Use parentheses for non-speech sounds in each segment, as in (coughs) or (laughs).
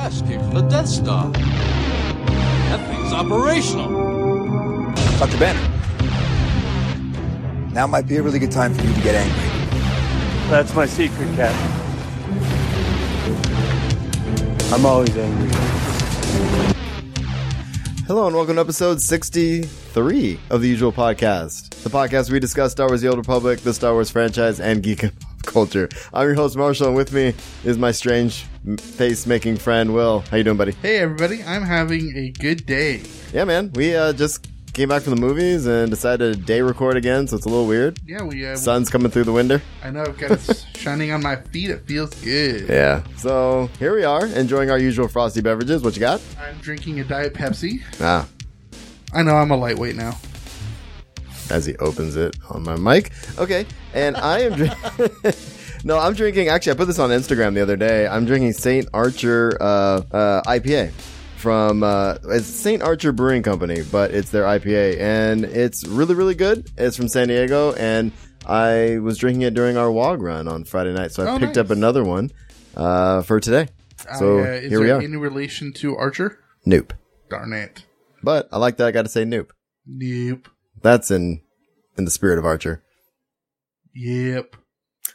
the Death Star. That thing's operational. Dr. Banner. Now might be a really good time for you to get angry. That's my secret, Captain. I'm always angry. Hello and welcome to episode 63 of the usual podcast, the podcast where we discuss Star Wars The Old Republic, the Star Wars franchise, and geek and pop (laughs) culture. I'm your host, Marshall, and with me is my strange face making friend, Will. How you doing, buddy? Hey everybody, I'm having a good day. Yeah, man, we uh, just came back from the movies and decided to day record again, so it's a little weird. Yeah, we. Uh, Sun's coming through the window. I know I've got it (laughs) s- shining on my feet. It feels good. Yeah. So here we are, enjoying our usual frosty beverages. What you got? I'm drinking a diet Pepsi. Ah, I know I'm a lightweight now. as he opens it on my mic. Okay, and I am drinking. (laughs) no, I'm drinking. Actually, I put this on Instagram the other day. I'm drinking Saint Archer uh, uh, IPA from uh, it's Saint Archer Brewing Company, but it's their IPA, and it's really really good. It's from San Diego, and I was drinking it during our WOG run on Friday night, so I Oh, picked nice. up another one uh, for today. So I, uh, is here we there are. Any relation to Archer? nope. Darn it. But I like that. I got to say nope. Nope. That's in in the spirit of Archer. Yep.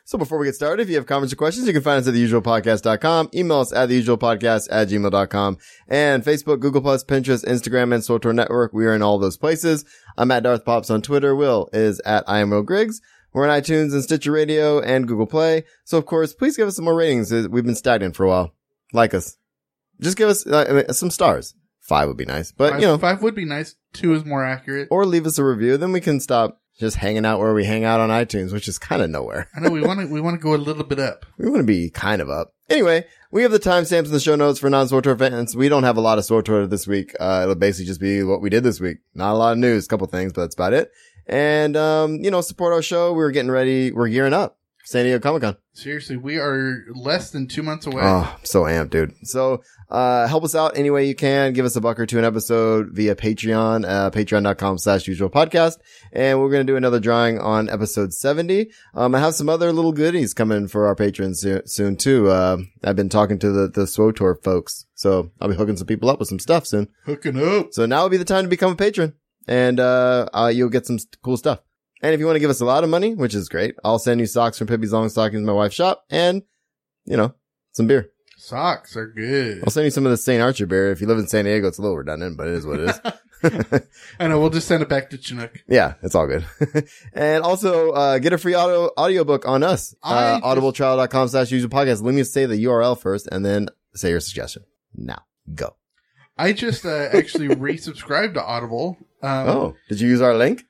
So before we get started, if you have comments or questions, you can find us at theusualpodcast.com, email us at theusualpodcast at gmail.com, and Facebook, Google Plus, Pinterest, Instagram, and Sotor Network. We are in all those places. I'm at Darth Pops on Twitter. Will is at I am Will Griggs. We're on iTunes and Stitcher Radio and Google Play. So of course, please give us some more ratings. Uh, We've been stagnant for a while. Like us. Just give us uh, I mean, some stars. Five would be nice, but Five, you know, five would be nice. Two is more accurate. or leave us a review. Then we can stop just hanging out where we hang out on iTunes, which is kind of nowhere. I know we want to. We want to go a little bit up. We want to be kind of up. Anyway, we have the timestamps in the show notes for non-SWTOR fans. We don't have a lot of SWTOR this week. Uh, it'll basically just be what we did this week. Not a lot of news, a couple things, but that's about it. And, um, you know, support our show. We're getting ready. We're gearing up. San Diego Comic Con. Seriously, we are less than two months away. Oh, I'm so amped, dude. So, uh, help us out any way you can. Give us a buck or two an episode via Patreon, uh, patreon.com slash usual podcast. And we're going to do another drawing on episode 70. Um, I have some other little goodies coming for our patrons soo- soon too. Uh, I've been talking to the, the SWOTOR folks. So I'll be hooking some people up with some stuff soon. Hooking up. So now would be the time to become a patron and, uh, uh you'll get some st- cool stuff. And if you want to give us a lot of money, which is great, I'll send you socks from Pippi's Long Stockings, my wife's shop and, you know, some beer. Socks are good. I'll send you some of the St. Archer beer. If you live in San Diego, it's a little redundant, but it is what it (laughs) is. (laughs) I know. We'll just send it back to Chinook. yeah, it's all good. (laughs) and also, uh, get a free audio audiobook on us. I Uh, just- audibletrial.com slash user podcast. Let me say the URL first and then say your suggestion. Now, go. I just uh, actually (laughs) resubscribed to Audible. Um, oh, did you use our link?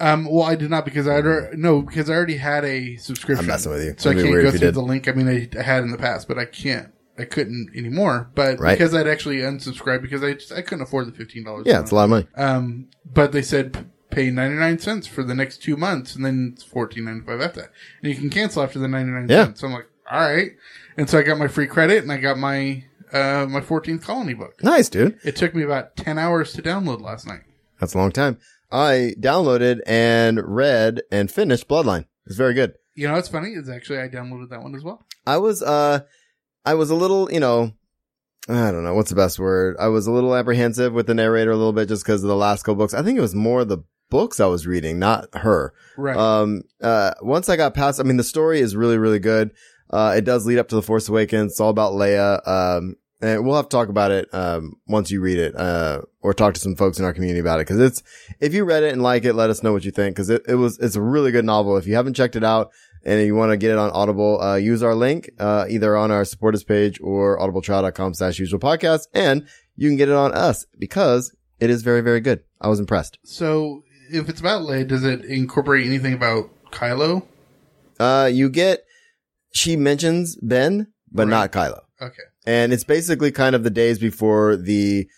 Um, well, I did not because I already, no because I already had a subscription. Mm. I'm messing with you. so I It'd be can't weird go if you through did. the link. I mean, I, I had in the past, but I can't. I couldn't anymore. But Right. because I'd actually unsubscribed because I just I couldn't afford the fifteen dollars. Yeah, it's a lot of money. Um, but they said p- pay ninety nine cents for the next two months, and then it's fourteen ninety five after that, and you can cancel after the ninety nine Yeah. cents. So I'm like, all right, and so I got my free credit, and I got my uh my fourteenth colony book. Nice, dude. It took me about ten hours to download last night. That's a long time. I downloaded and read and finished Bloodline. It's very good. You know, what's funny. It's actually I downloaded that one as well. I was uh I was a little, you know, I don't know what's the best word. I was a little apprehensive with the narrator a little bit just because of the last couple books. I think it was more the books I was reading, not her. Right. Um uh once I got past I mean the story is really, really good. Uh it does lead up to the Force Awakens. It's all about Leia. Um and we'll have to talk about it um once you read it, uh or talk to some folks in our community about it. Cause it's if you read it and like it, let us know what you think. Cause it, it was it's a really good novel. If you haven't checked it out, and you want to get it on Audible, uh, use our link, uh, either on our support us page or audibletrial.com slash usual podcast. And you can get it on us because it is very, very good. I was impressed. So, if it's about Leia, does it incorporate anything about Kylo? Uh, you get, she mentions Ben, but Right. not Kylo. Okay. And it's basically kind of the days before the,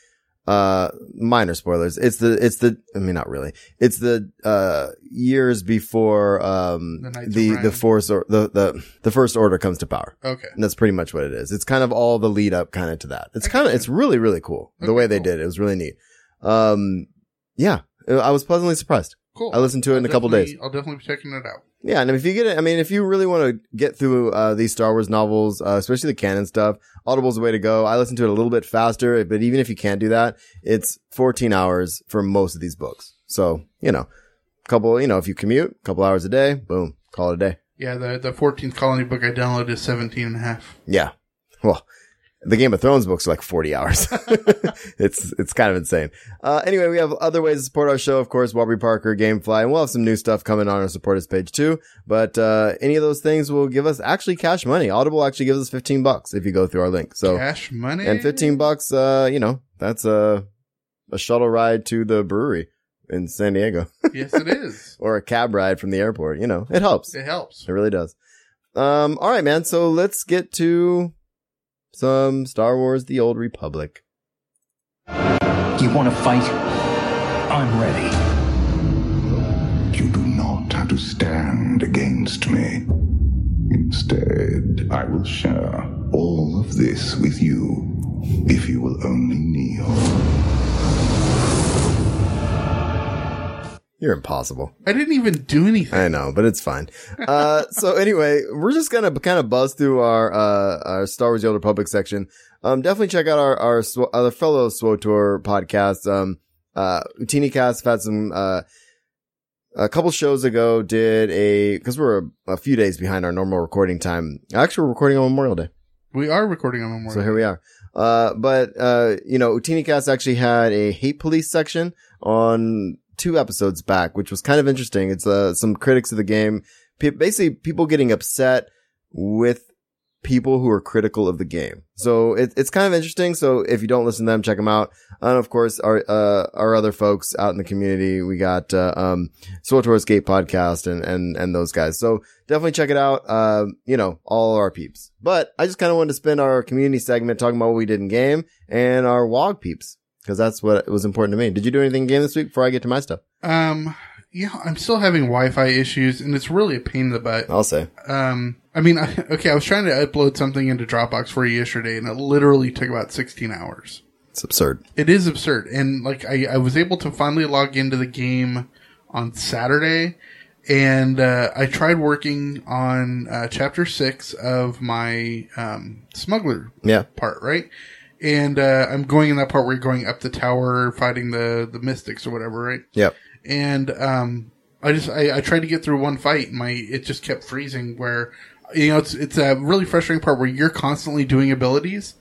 uh, minor spoilers. It's the, it's the, I mean, not really. It's the, uh, years before, um, The Knights of the, the, Ren. force or the, the, the first order comes to power. Okay. And that's pretty much what it is. It's kind of all the lead up kind of to that. It's kind of, it's really, really cool. The Okay, way they cool. did it, it was really neat. Um, yeah, I was pleasantly surprised. Cool. I listened to it in a couple Definitely- days. I'll definitely be checking it out. Yeah, and if you get it, I mean, if you really want to get through uh, these Star Wars novels, uh, especially the canon stuff, Audible's the way to go. I listen to it a little bit faster, but even if you can't do that, it's 14 hours for most of these books. So, you know, a couple, you know, if you commute, a couple hours a day, boom, call it a day. Yeah, the, the 14th Colony book I downloaded is 17 and a half. Yeah. Well, the Game of Thrones books are like 40 hours. (laughs) it's, it's kind of insane. Uh, anyway, we have other ways to support our show. Of course, Wobby Parker, Gamefly, and we'll have some new stuff coming on our supporters page too. But, uh, any of those things will give us actually cash money. Audible actually gives us 15 bucks if you go through our link. So, Cash money? Oh. and 15 bucks, uh, you know, that's a, a shuttle ride to the brewery in San Diego (laughs) (laughs) yes, it is. or a cab ride from the airport. You know, it helps. It helps. It really does. Um, all right, man. So let's get to some Star Wars: The Old Republic. You want to fight? I'm ready. You do not have to stand against me. Instead, I will share all of this with you if you will only kneel. You're impossible. I didn't even do anything. I know, but it's fine. Uh, so anyway, we're just gonna kind of buzz through our uh, our Star Wars: The Old Republic section. Um, definitely check out our our, Sw- other fellow SWOTOR podcast. Um, uh, TeenyCast had some uh, a couple shows ago did a because we're a, a few days behind our normal recording time. Actually, we're recording on Memorial Day. We are recording on Memorial. So here we are. Uh, but, uh, you know, Utinicast actually had a hate police section on two episodes back, which was kind of interesting. It's, uh, some critics of the game, pe- basically people getting upset with people who are critical of the game. So it, it's kind of interesting. So if you don't listen to them, check them out. And of course, our, uh, our other folks out in the community, we got, uh, um, Swotor Escape podcast and, and, and those guys. So definitely check it out. Um, you know, all our peeps, but I just kind of wanted to spend our community segment talking about what we did in game and our WOG peeps. Cause that's what was important to me. Did you do anything in game this week before I get to my stuff? Um, yeah, I'm still having Wi-Fi issues, and it's really a pain in the butt. I'll say. Um, I mean, (laughs) I, okay, I was trying to upload something into Dropbox for you yesterday, and it literally took about 16 hours. It's absurd. It is absurd, and like I, I was able to finally log into the game on Saturday, and uh, I tried working on uh, Chapter Six of my um, smuggler Yeah. part, right? And uh, I'm going in that part where you're going up the tower, fighting the the mystics or whatever, right? Yep. and um, I just I, I tried to get through one fight. And my it just kept freezing. Where you know it's it's a really frustrating part where you're constantly doing abilities,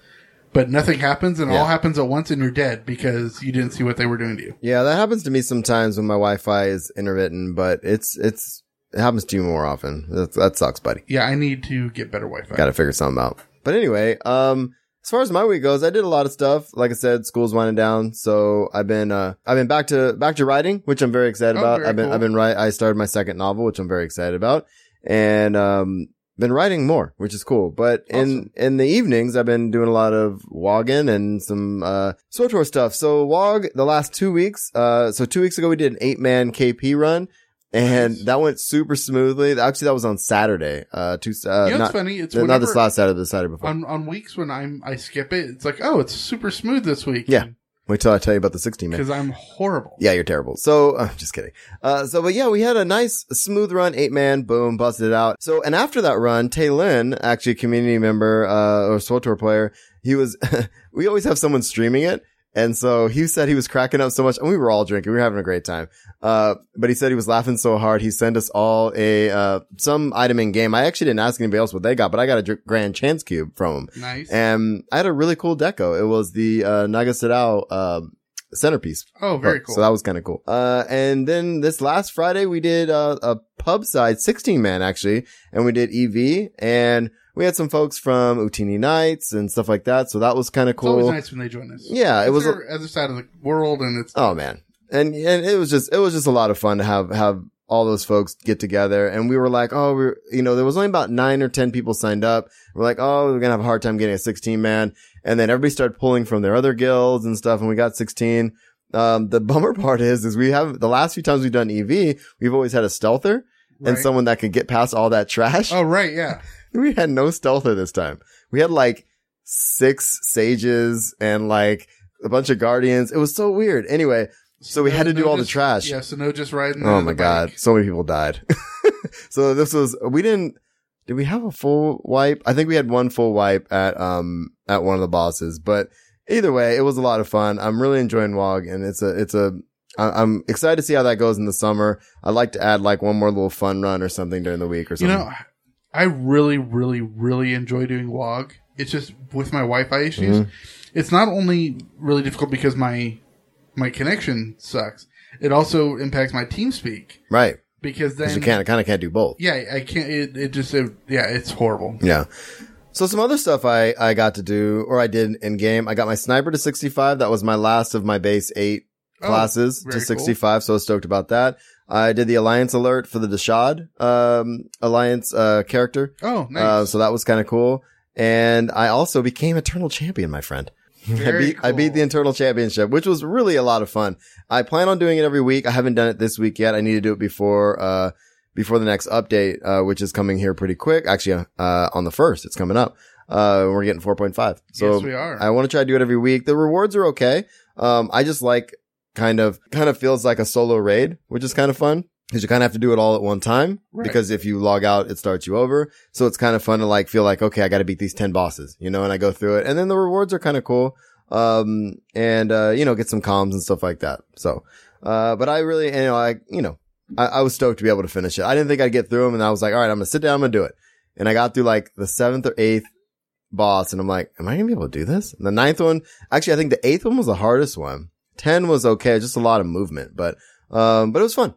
but nothing happens, and it all Yeah. happens at once, and you're dead because you didn't see what they were doing to you. Yeah, that happens to me sometimes when my Wi-Fi is intermittent, but it's it's it happens to you more often. That, that sucks, buddy. Yeah, I need to get better Wi-Fi. Got to figure something out. But anyway, um, as far as my week goes, I did a lot of stuff. Like I said, school's winding down, so I've been uh I've been back to back to writing, which I'm very excited Oh, about. very I've been cool. I've been right. I started my second novel, which I'm very excited about, and um been writing more, which is cool. But in Awesome. in the evenings, I've been doing a lot of Woggin and some uh Sotor stuff. So Wog, the last two weeks, uh, so two weeks ago we did an eight man KP run. And that went super smoothly. Actually, that was on Saturday. Uh, two, uh, you know, it's not, funny. It's no, not this whenever- last Saturday, the Saturday before. on on weeks when I'm I skip it. It's like oh, it's super smooth this week. Yeah. Wait till I tell you about the 16 man. because I'm horrible. Yeah, you're terrible. So (laughs) I'm just kidding. Uh, so, but yeah, we had a nice smooth run, eight man, boom, busted it out. So, and after that run, Tay Lin, actually a community member, uh, or Swotor player, he was, (laughs) we always have someone streaming it. And so he said he was cracking up so much and we were all drinking. We were having a great time. Uh, but he said he was laughing so hard. He sent us all a, uh, some item in game. I actually didn't ask anybody else what they got, but I got a dr- grand chance cube from him. Nice. And I had a really cool deco. It was the, uh, Nagasadao, uh, centerpiece oh, very Oh, cool. So that was kind of cool. Uh, and then this last Friday we did uh, a pub side 16 man actually, and we did EV and we had some folks from Utini Nights and stuff like that. So that was kind of it's always cool. nice when they join us. Yeah, it was. A, They're other side of the world, and it's oh man, and and it was just it was just a lot of fun to have have all those folks get together. And we were like, oh, we're you know there was only about nine or ten people signed up. We're like, oh, we're gonna have a hard time getting a 16 man. And then everybody started pulling from their other guilds and stuff, and we got 16. Um, the (laughs) bummer part is, is we have the last few times we've done EV, we've always had a stealther and right. someone that could get past all that trash. Oh right, yeah. (laughs) We had no stealther this time. We had like six sages and like a bunch of guardians. It was so weird. Anyway, so we had to do all the just- trash. Yeah, so no just riding. Oh the my bike. god, so many people died. (laughs) So this was we didn't did we have a full wipe? I think we had one full wipe at um at one of the bosses, but either way, it was a lot of fun. I'm really enjoying WOG, and it's a it's a I- I'm excited to see how that goes in the summer. I'd like to add like one more little fun run or something during the week or You something. know, I really, really, really enjoy doing log. It's just with my Wi-Fi issues, Mm-hmm. it's not only really difficult because my my connection sucks. It also impacts my TeamSpeak right? because Because then you can't kind of can't do both. yeah, I can't. It, it just it, yeah, it's horrible. Yeah. So some other stuff I, I got to do or I did in game. I got my sniper to 65. That was my last of my base eight Oh, classes to very cool. 65. So I was stoked about that. I did the alliance alert for the Dashad, um, alliance, uh, character. Oh, nice. Uh, so that was kind of cool. And I also became eternal champion, my friend. I Very beat, I beat cool. the internal championship, which was really a lot of fun. I plan on doing it every week. I haven't done it this week yet. I need to do it before, uh, before the next update, uh, which is coming here pretty quick. Actually, uh, on the first, it's coming up. Uh, we're getting 4.5. So Yes, we are. I want to try to do it every week. The rewards are okay. Um, I just like kind of, kind of feels like a solo raid, which is kind of fun because you kind of have to do it all at one time Right. because if you log out, it starts you over. So it's kind of fun to like feel like, okay, I got to beat these 10 bosses, you know, and I go through it and then the rewards are kind of cool. Um, and, uh, you know, get some comms and stuff like that. So, uh, but I really, you know, I, you know, I, I was stoked to be able to finish it. I didn't think I'd get through them and I was like, all right, I'm going to sit down. I'm going to do it. And I got through like the seventh or eighth boss and I'm like, am I going to be able to do this? And the ninth one, actually, I think the eighth one was the hardest one. 10 was okay. Just a lot of movement, but, um, but it was fun.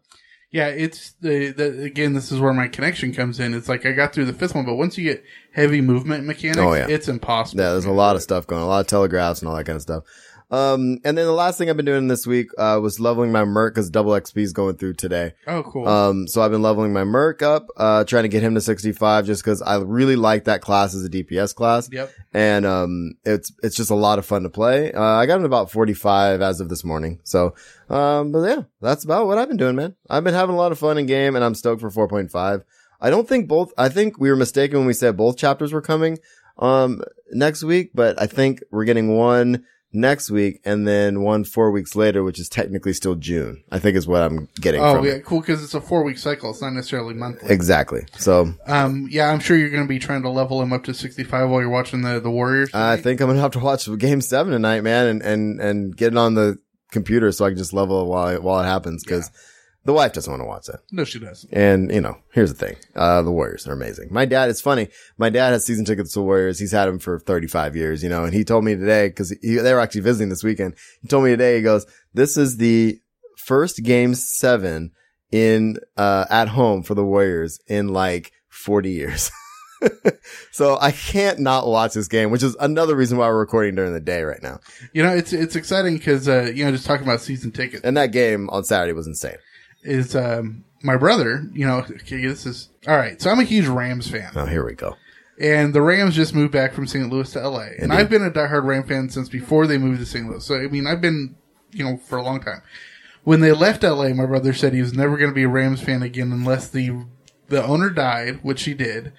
Yeah, it's the, the again. This is where my connection comes in. It's like I got through the fifth one, but once you get heavy movement mechanics, Oh, yeah. it's impossible. Yeah, there's a lot of stuff going, on, a lot of telegraphs and all that kind of stuff. Um, and then the last thing I've been doing this week uh, was leveling my Merc because double XP is going through today. Oh, cool. Um, so I've been leveling my Merc up, uh, trying to get him to 65 just because I really like that class as a DPS class. yep. And, um, it's, it's just a lot of fun to play. Uh, I got him about 45 as of this morning. So, um, but yeah, that's about what I've been doing, man. I've been having a lot of fun in game and I'm stoked for 4.5. I don't think both, I think we were mistaken when we said both chapters were coming, um, next week, but I think we're getting one next week and then one four weeks later, which is technically still June, I think is what I'm getting. Oh, from it. yeah, cool. Because it's a four week cycle. It's not necessarily monthly. Exactly. So Um, yeah, I'm sure you're going to be trying to level him up to 65 while you're watching the the Warriors. I think I'm gonna have to watch Game Seven tonight, man, and and and get it on the computer so I can just level it while while it happens because the wife doesn't want to watch it. no, she does. And you know, here's the thing: uh, the Warriors are amazing. My dad is funny. My dad has season tickets to the Warriors. He's had them for 35 years, you know. And he told me today because they were actually visiting this weekend. He told me today. He goes, "This is the first Game Seven in uh at home for the Warriors in like 40 years." (laughs) so I can't not watch this game, which is another reason why we're recording during the day right now. You know, it's it's exciting because uh, you know, just talking about season tickets And that game on Saturday was insane. is um, my brother. You know, okay, this is all right. So I'm a huge Rams fan, Oh, here we go. and the Rams just moved back from St. Louis to LA, and I've been a diehard Ram fan since before they moved to St. Louis. So I mean, I've been you know for a long time. When they left LA, my brother said he was never going to be a Rams fan again unless the the owner died, which he did,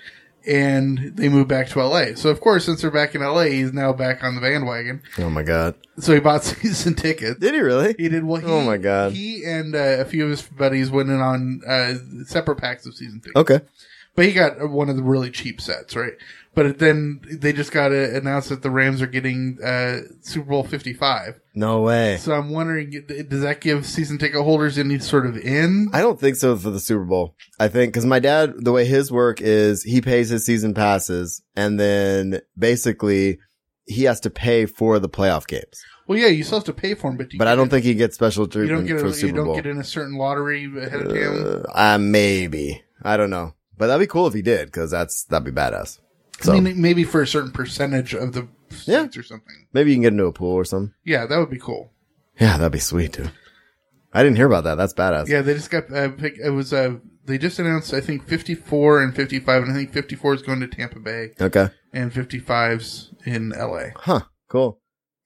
and they moved back to LA. So of course, since they're back in LA, he's now back on the bandwagon. Oh my god, So he bought (laughs) season tickets. did he really? He did well. He, Oh my God. He and uh, a few of his buddies went in on uh, separate packs of season tickets. Okay. But he got one of the really cheap sets, right? But then they just got to announce that the Rams are getting uh, Super Bowl 55. No way. So I'm wondering, does that give season ticket holders any sort of in? I don't think so for the Super Bowl. I think because my dad, the way his work is, he pays his season passes and then basically he has to pay for the playoff games. Well, yeah, you still have to pay for them, but, you But I don't think he gets special you treatment don't get for a, you Super don't Bowl. get in a certain lottery ahead of time. Uh, uh, maybe I don't know, but that'd be cool if he did because that's that'd be badass. So I mean, maybe for a certain percentage of the seats Yeah. or something. maybe you can get into a pool or something. Yeah, that would be cool. Yeah, that'd be sweet, dude. I didn't hear about that. That's badass. Yeah, they just got uh, pick, it was uh they just announced I think 54 and 55 and I think 54 is going to Tampa Bay Okay. and 55's in LA. Huh. Cool.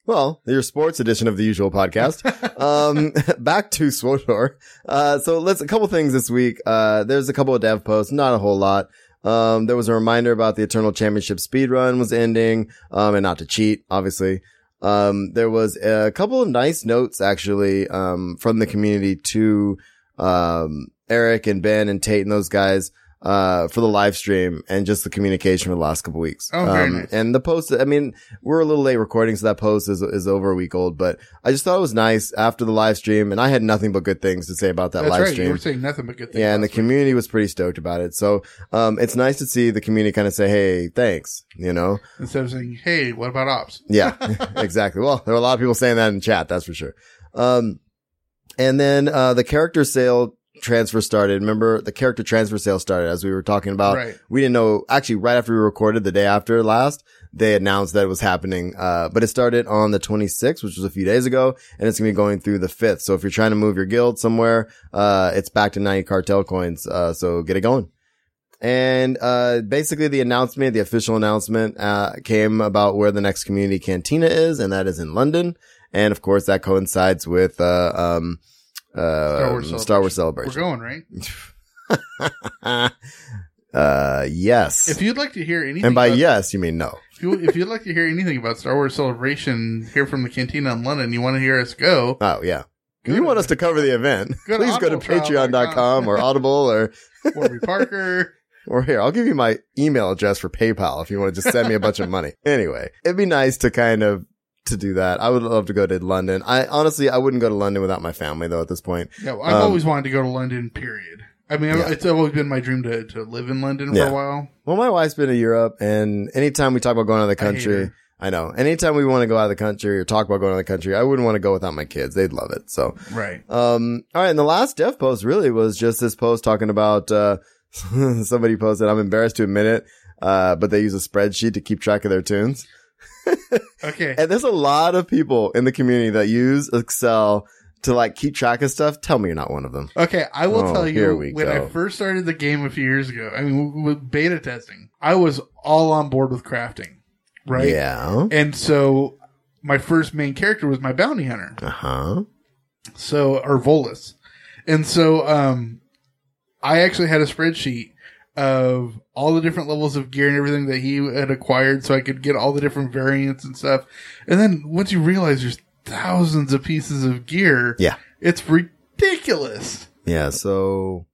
Well, your sports edition of the usual (laughs) podcast. um, (laughs) back to Swotor. Uh, so let's, a couple things this week. Uh, there's a couple of dev posts, not a whole lot. Um, there was a reminder about the Eternal Championship speed run was ending, um, and not to cheat, obviously. Um, there was a couple of nice notes actually, um, from the community to, um, Eric and Ben and Tate and those guys, uh, for the live stream and just the communication for the last couple weeks. Um, Oh, very nice. And the post, I mean, we're a little late recording, so that post is, is over a week old, but I just thought it was nice after the live stream. And I had nothing but good things to say about that That's live right. stream. You were saying nothing but good things. Yeah, and the last week. community was pretty stoked about it. So, um, it's nice to see the community kind of say, Hey, thanks, you know? instead of saying, "Hey, what about ops?" Yeah, (laughs) exactly. Well, there were a lot of people saying that in chat. That's for sure. Um, and then, uh, the character sale transfer started. Remember the character transfer sale started as we were talking about. Right. We didn't know actually right after we recorded the day after last, they announced that it was happening. Uh, but it started on the 26th, which was a few days ago, and it's going to be going through the 5th. So if you're trying to move your guild somewhere, uh, it's back to 90 cartel coins. Uh, so get it going. And uh, basically, the announcement, the official announcement, uh, came about where the next community cantina is, and that is in London. And of course, that coincides with uh, um, uh, Star Wars Star Wars We're Celebration. going right. (laughs) uh, yes. If you'd like to hear anything, and by about, yes, you mean no. if, you, if you'd like to hear anything about Star Wars Celebration here from the Cantina in London, you want to hear us go. Oh, yeah. If you want us to cover the event, Go (laughs) to please go to audibletrial.com. patreon.com or Audible or, (laughs) Warby Parker. or here. I'll give you my email address for PayPal if you want to just send me a bunch of (laughs) money. Anyway, it'd be nice to kind of to do that. I would love to go to London. I honestly, I wouldn't go to London without my family though at this point. Yeah, well, I've Um, always wanted to go to London. Period. I mean, I've- Yeah. it's always been my dream to, to live in London Yeah. for a while. Well, my wife's been to Europe and anytime we talk about going out of the I hate country, her. I, know anytime we want to go out of the country or talk about going out of the country, I wouldn't want to go without my kids. They'd love it. So, Right. Um, all right. And the last dev post really was just this post talking about, uh, (laughs) somebody posted, I'm embarrassed to admit it, uh, but they use a spreadsheet to keep track of their tunes. Okay. And there's a lot of people in the community that use Excel to like keep track of stuff. Tell me you're not one of them. Okay, I will Oh, tell here you we when go. I first started the game a few years ago. I mean, w- with beta testing, I was all on board with crafting, right? Yeah. And so my first main character was my bounty hunter, Uh huh. so or Volus, and so um, I actually had a spreadsheet of all the different levels of gear and everything that he had acquired, so I could get all the different variants and stuff. And then once you realize there's thousands of pieces of gear, Yeah. it's ridiculous. Yeah. So,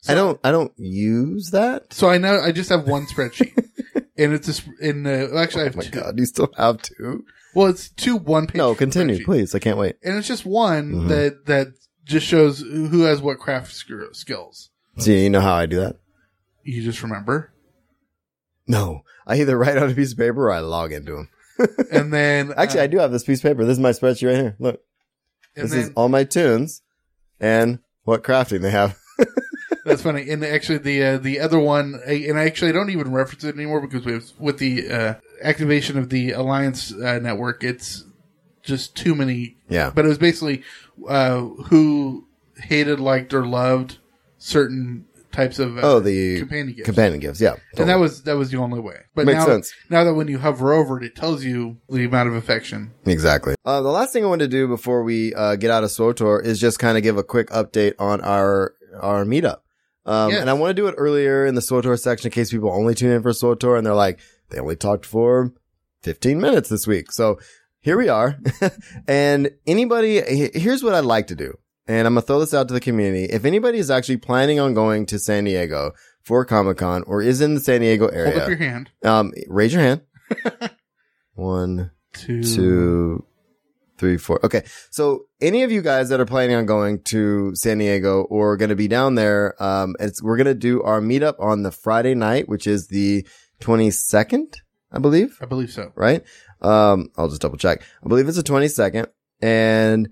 So- I don't, I don't use that. So I know I just have one spreadsheet, (laughs) and it's a sp- in uh, well, actually I Oh have my two. God. You still have to? Well, it's two one page. No, continue, please. I can't wait. And it's just one Mhm. that that just shows who has what craft sk- skills. See, you know how I do that? You just remember, No, I either write on a piece of paper or I log into them. and then (laughs) Actually, I do have this piece of paper. This is my spreadsheet right here. Look, and this then, is all my tunes and what crafting they have. that's funny. And actually, the uh, the other one, I, and I actually don't even reference it anymore because we have, with the uh, activation of the alliance uh, network, it's just too many Yeah. but it was basically uh, who hated, liked, or loved certain types of uh, oh, the companion gifts. Companion gifts. Yeah. and that was that was the only way. But Makes now, sense. now that when you hover over it, it tells you the amount of affection. Exactly. Uh, the last thing I want to do before we uh, get out of SWOTOR is just kind of give a quick update on our our meetup. Um, Yes. And I want to do it earlier in the SWOTOR section in case people only tune in for SWOTOR and they're like, they only talked for 15 minutes this week. So here we are. (laughs) and anybody, he- here's what I'd like to do. And I'm going to throw this out to the community. If anybody is actually planning on going to San Diego for Comic Con or is in the San Diego Hold up your area, hand. um, raise your hand. (laughs) One, To, two, three, four. Okay. So any of you guys that are planning on going to San Diego or going to be down there, um, it's, we're going to do our meetup on the Friday night, which is the 22nd, I believe, I believe so. right? Um, I'll just double check. I believe it's the 22nd and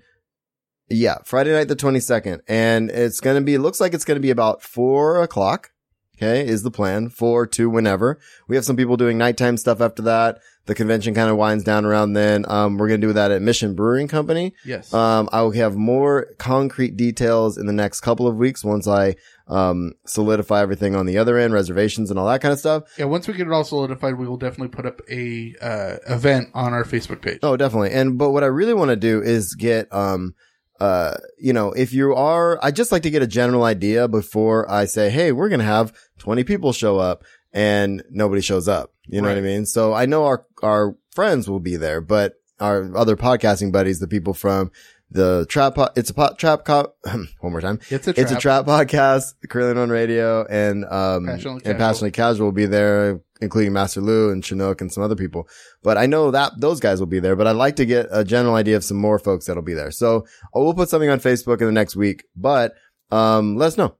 yeah, Friday night, the 22nd. And it's going to be, it looks like it's going to be about four o'clock. Okay. Is the plan four to whenever we have some people doing nighttime stuff after that. The convention kind of winds down around then. Um, we're going to do that at Mission Brewing Company. Yes. Um, I will have more concrete details in the next couple of weeks once I, um, solidify everything on the other end, reservations and all that kind of stuff. yeah. Once we get it all solidified, we will definitely put up a uh, event on our Facebook page. Oh, definitely. And but what I really want to do is get um uh you know, if you are I just like to get a general idea before I say, "Hey, we're going to have 20 people show up." And nobody shows up. You know what I Right. mean? So I know our our friends will be there, but our other podcasting buddies, the people from the trap. Po- it's a pot trap cop. (clears throat) one more time. It's a It's a trap podcast. Curling on radio and um Passionately and Casual. passionately casual will be there, including Master Lou and Chinook and some other people. But I know that those guys will be there. But I'd like to get a general idea of some more folks that'll be there. So I will put something on Facebook in the next week. But um, let us know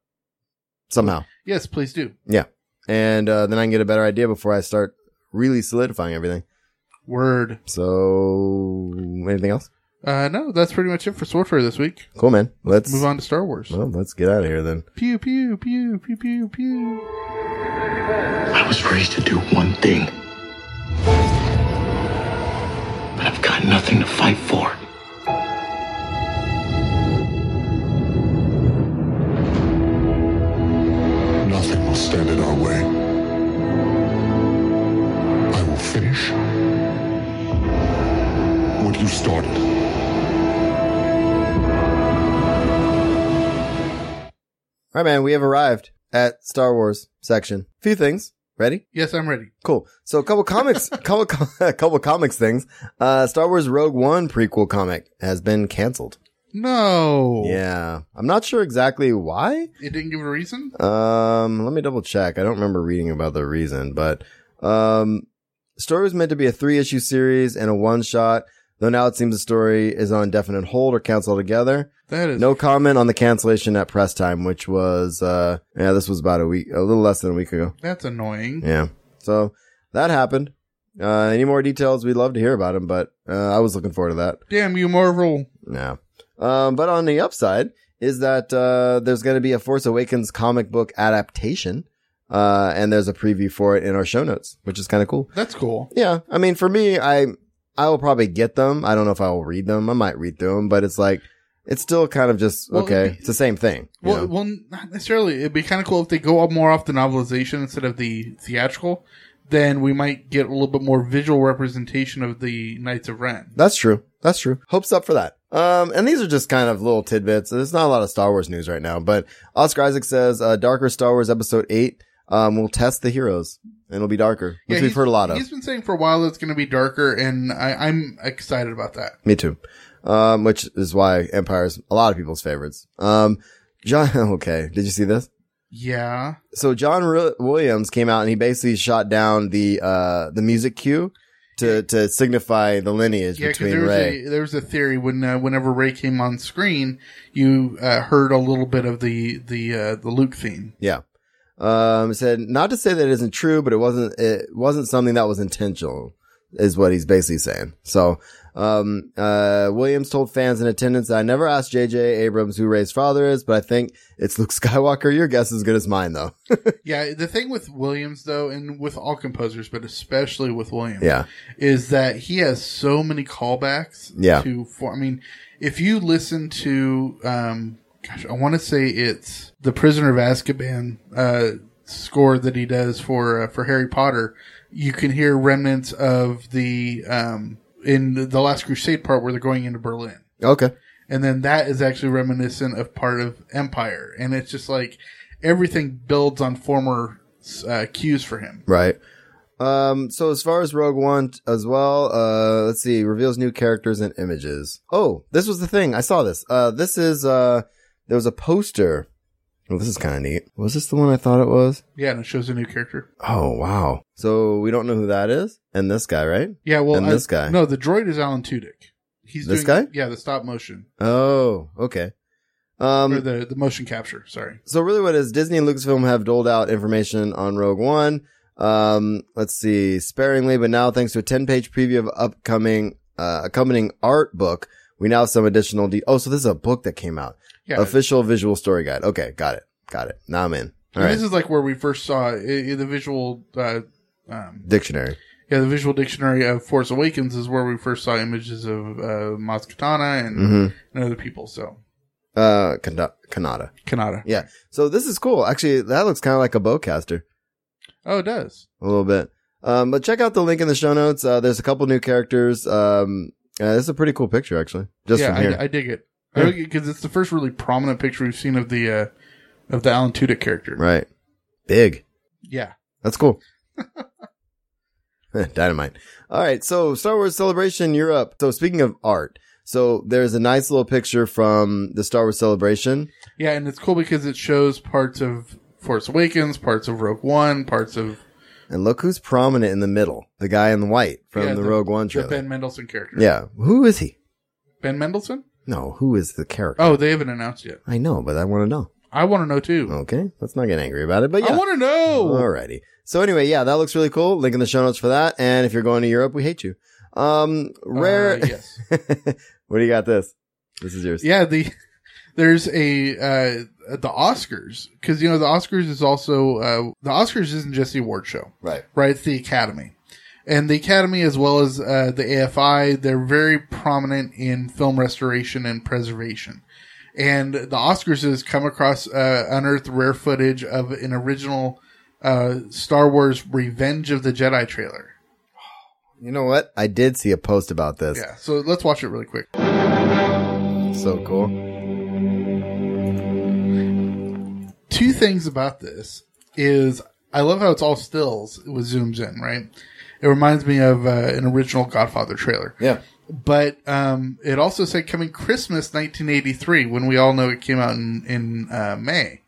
somehow, Yes, please do. and uh, then I can get a better idea before I start really solidifying everything. Word. So anything else? Uh, no, that's pretty much it for Swordfire this week. Cool, man. Let's Move on to Star Wars. Well, let's get out of here then. Pew pew pew pew pew pew. I was raised to do one thing. But I've got nothing to fight for. Nothing will stand in our way. I will finish what you started. All right, man. We have arrived at Star Wars section. Few things. Ready? Yes, I'm ready. Cool. So a couple comics, couple, (laughs) a couple comics things. Uh, Star Wars Rogue One prequel comic has been canceled. No. Yeah. I'm not sure exactly why. It didn't give it a reason? Um, let me double check. I don't remember reading about the reason, but, um, story was meant to be a three issue series and a one shot, though now it seems the story is on definite hold or canceled altogether. That is No comment on the cancellation at press time, which was uh yeah, this was about a week a little less than a week ago. that's annoying. Yeah. So that happened. Uh any more details, we'd love to hear about them, but uh, I was looking forward to that. Damn you, Marvel. Yeah. Um but on the upside is that uh there's gonna be a Force Awakens comic book adaptation. Uh and there's a preview for it in our show notes, which is kinda cool. That's cool. Yeah. I mean, for me, I, I will probably get them. I don't know if I will read them. I might read through them, but it's like, it's still kind of just, Well, okay, it'd be- it's the same thing. you Well, know? well, not necessarily. It'd be kind of cool if they go up more off the novelization instead of the theatrical. Then we might get a little bit more visual representation of the Knights of Ren. That's true. That's true. Hopes up for that. Um, and these are just kind of little tidbits. There's not a lot of Star Wars news right now, but Oscar Isaac says, uh, darker Star Wars episode eight, um, will test the heroes and it'll be darker, which we've he's- heard a lot of. He's been saying for a while it's going to be darker, and I, I'm excited about that. Me too. Um, which is why Empire's a lot of people's favorites. Um, John, (laughs) okay. Did you see this? Yeah. so John Ru- Williams came out and he basically shot down the uh the music cue to to signify the lineage Yeah, because between there, was Ray. a- there was a theory when uh, whenever Ray came on screen, you uh, heard a little bit of the the uh, the Luke theme. yeah. Um said not to say that it isn't true, but it wasn't it wasn't something that was intentional is what he's basically saying. So um uh Williams told fans in attendance that I never asked JJ Abrams who Ray's father is, but I think it's Luke Skywalker. Your guess is as good as mine though. (laughs) Yeah, the thing with Williams though, and with all composers, but especially with Williams, Yeah. is that he has so many callbacks. Yeah. To for, I mean, if you listen to, um, gosh, I want to say it's the Prisoner of Azkaban uh, score that he does for uh, for Harry Potter. You can hear remnants of the um, in the, the Last Crusade part where they're going into Berlin Okay. and then that is actually reminiscent of part of Empire, and it's just like everything builds on former uh, cues for him. Right. Um, so as far as Rogue One t- as well, uh, let's see, reveals new characters and images. Oh, this was the thing. I saw this. Uh, this is, uh, there was a poster. Well, this is kind of neat. Was this the one I thought it was? Yeah, and it shows a new character. Oh, wow. So we don't know who that is. And this guy, right? Yeah, well, And I- this guy. No, the droid is Alan Tudyk. He's This doing, guy? Yeah, the stop motion Oh, okay. or Um, the the motion capture. Sorry. so really what is Disney and Lucasfilm have doled out information on Rogue One. Um, let's see, sparingly, but now thanks to a 10 page preview of upcoming, uh, accompanying art book, we now have some additional de- Oh, so this is a book that came out. Yeah. Official visual story guide. Okay. Got it. Got it. Now I'm in. All And right. This is like where we first saw i i the visual. Uh, um, Dictionary. yeah, the visual dictionary of Force Awakens is where we first saw images of uh, Maz Kanata and, hmm and other people. So Uh, Kana- Kanata. Kanata. Yeah. So this is cool. Actually, that looks kind of like a bowcaster. Oh, it does. a little bit. Um, but check out the link in the show notes. Uh, there's a couple new characters. Um, uh, this is a pretty cool picture actually. Just yeah, from here. I, I dig it Yeah. because it's the first really prominent picture we've seen of the uh, of the Alan Tudyk character. Right. Big. Yeah, That's cool. (laughs) Dynamite. All right. So Star Wars Celebration Europe. So speaking of art, So there's a nice little picture from the Star Wars Celebration. Yeah, and it's cool because it shows parts of Force Awakens, parts of Rogue One, parts of And look who's prominent in the middle. The guy in the white from yeah, the, Rogue One the trailer. Ben Mendelsohn character. yeah. Who is he? Ben Mendelsohn? No, who is the character? Oh, they haven't announced yet. I know, but I want to know. I want to know too. Okay. Let's not get angry about it, but Oh, yeah. I want to know. Alrighty. So anyway, yeah, that looks really cool. Link in the show notes for that. And if you're going to Europe, we hate you. Um, Uh, rare. yes. (laughs) what do you got? This. This is yours. Yeah, the there's a uh the Oscars because you know the Oscars is also uh the Oscars isn't just the award show, Right. right? It's the Academy, and the Academy as well as uh, the AFI they're very prominent in film restoration and preservation. And the Oscars has come across uh, unearthed rare footage of an original uh, Star Wars Revenge of the Jedi trailer. You know what? I did see a post about this. Yeah, so let's watch it really quick. So cool. two things about this is I love how it's all stills with zooms in, right? It reminds me of uh, an original Godfather trailer. Yeah. But um, it also said coming Christmas 1983 when we all know it came out in, in uh, May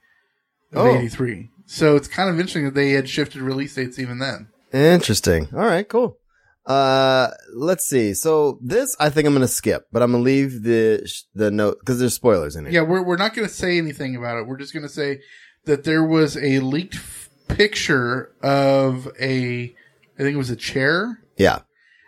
of Oh. 83. So it's kind of interesting that they had shifted release dates even then. Interesting. All right. Cool. Uh, let's see. So this, I think I'm going to skip, but I'm going to leave the, sh- the note because there's spoilers in it. Yeah, we're, we're not going to say anything about it. We're just going to say that there was a leaked f- picture of a, I think it was a chair. Yeah.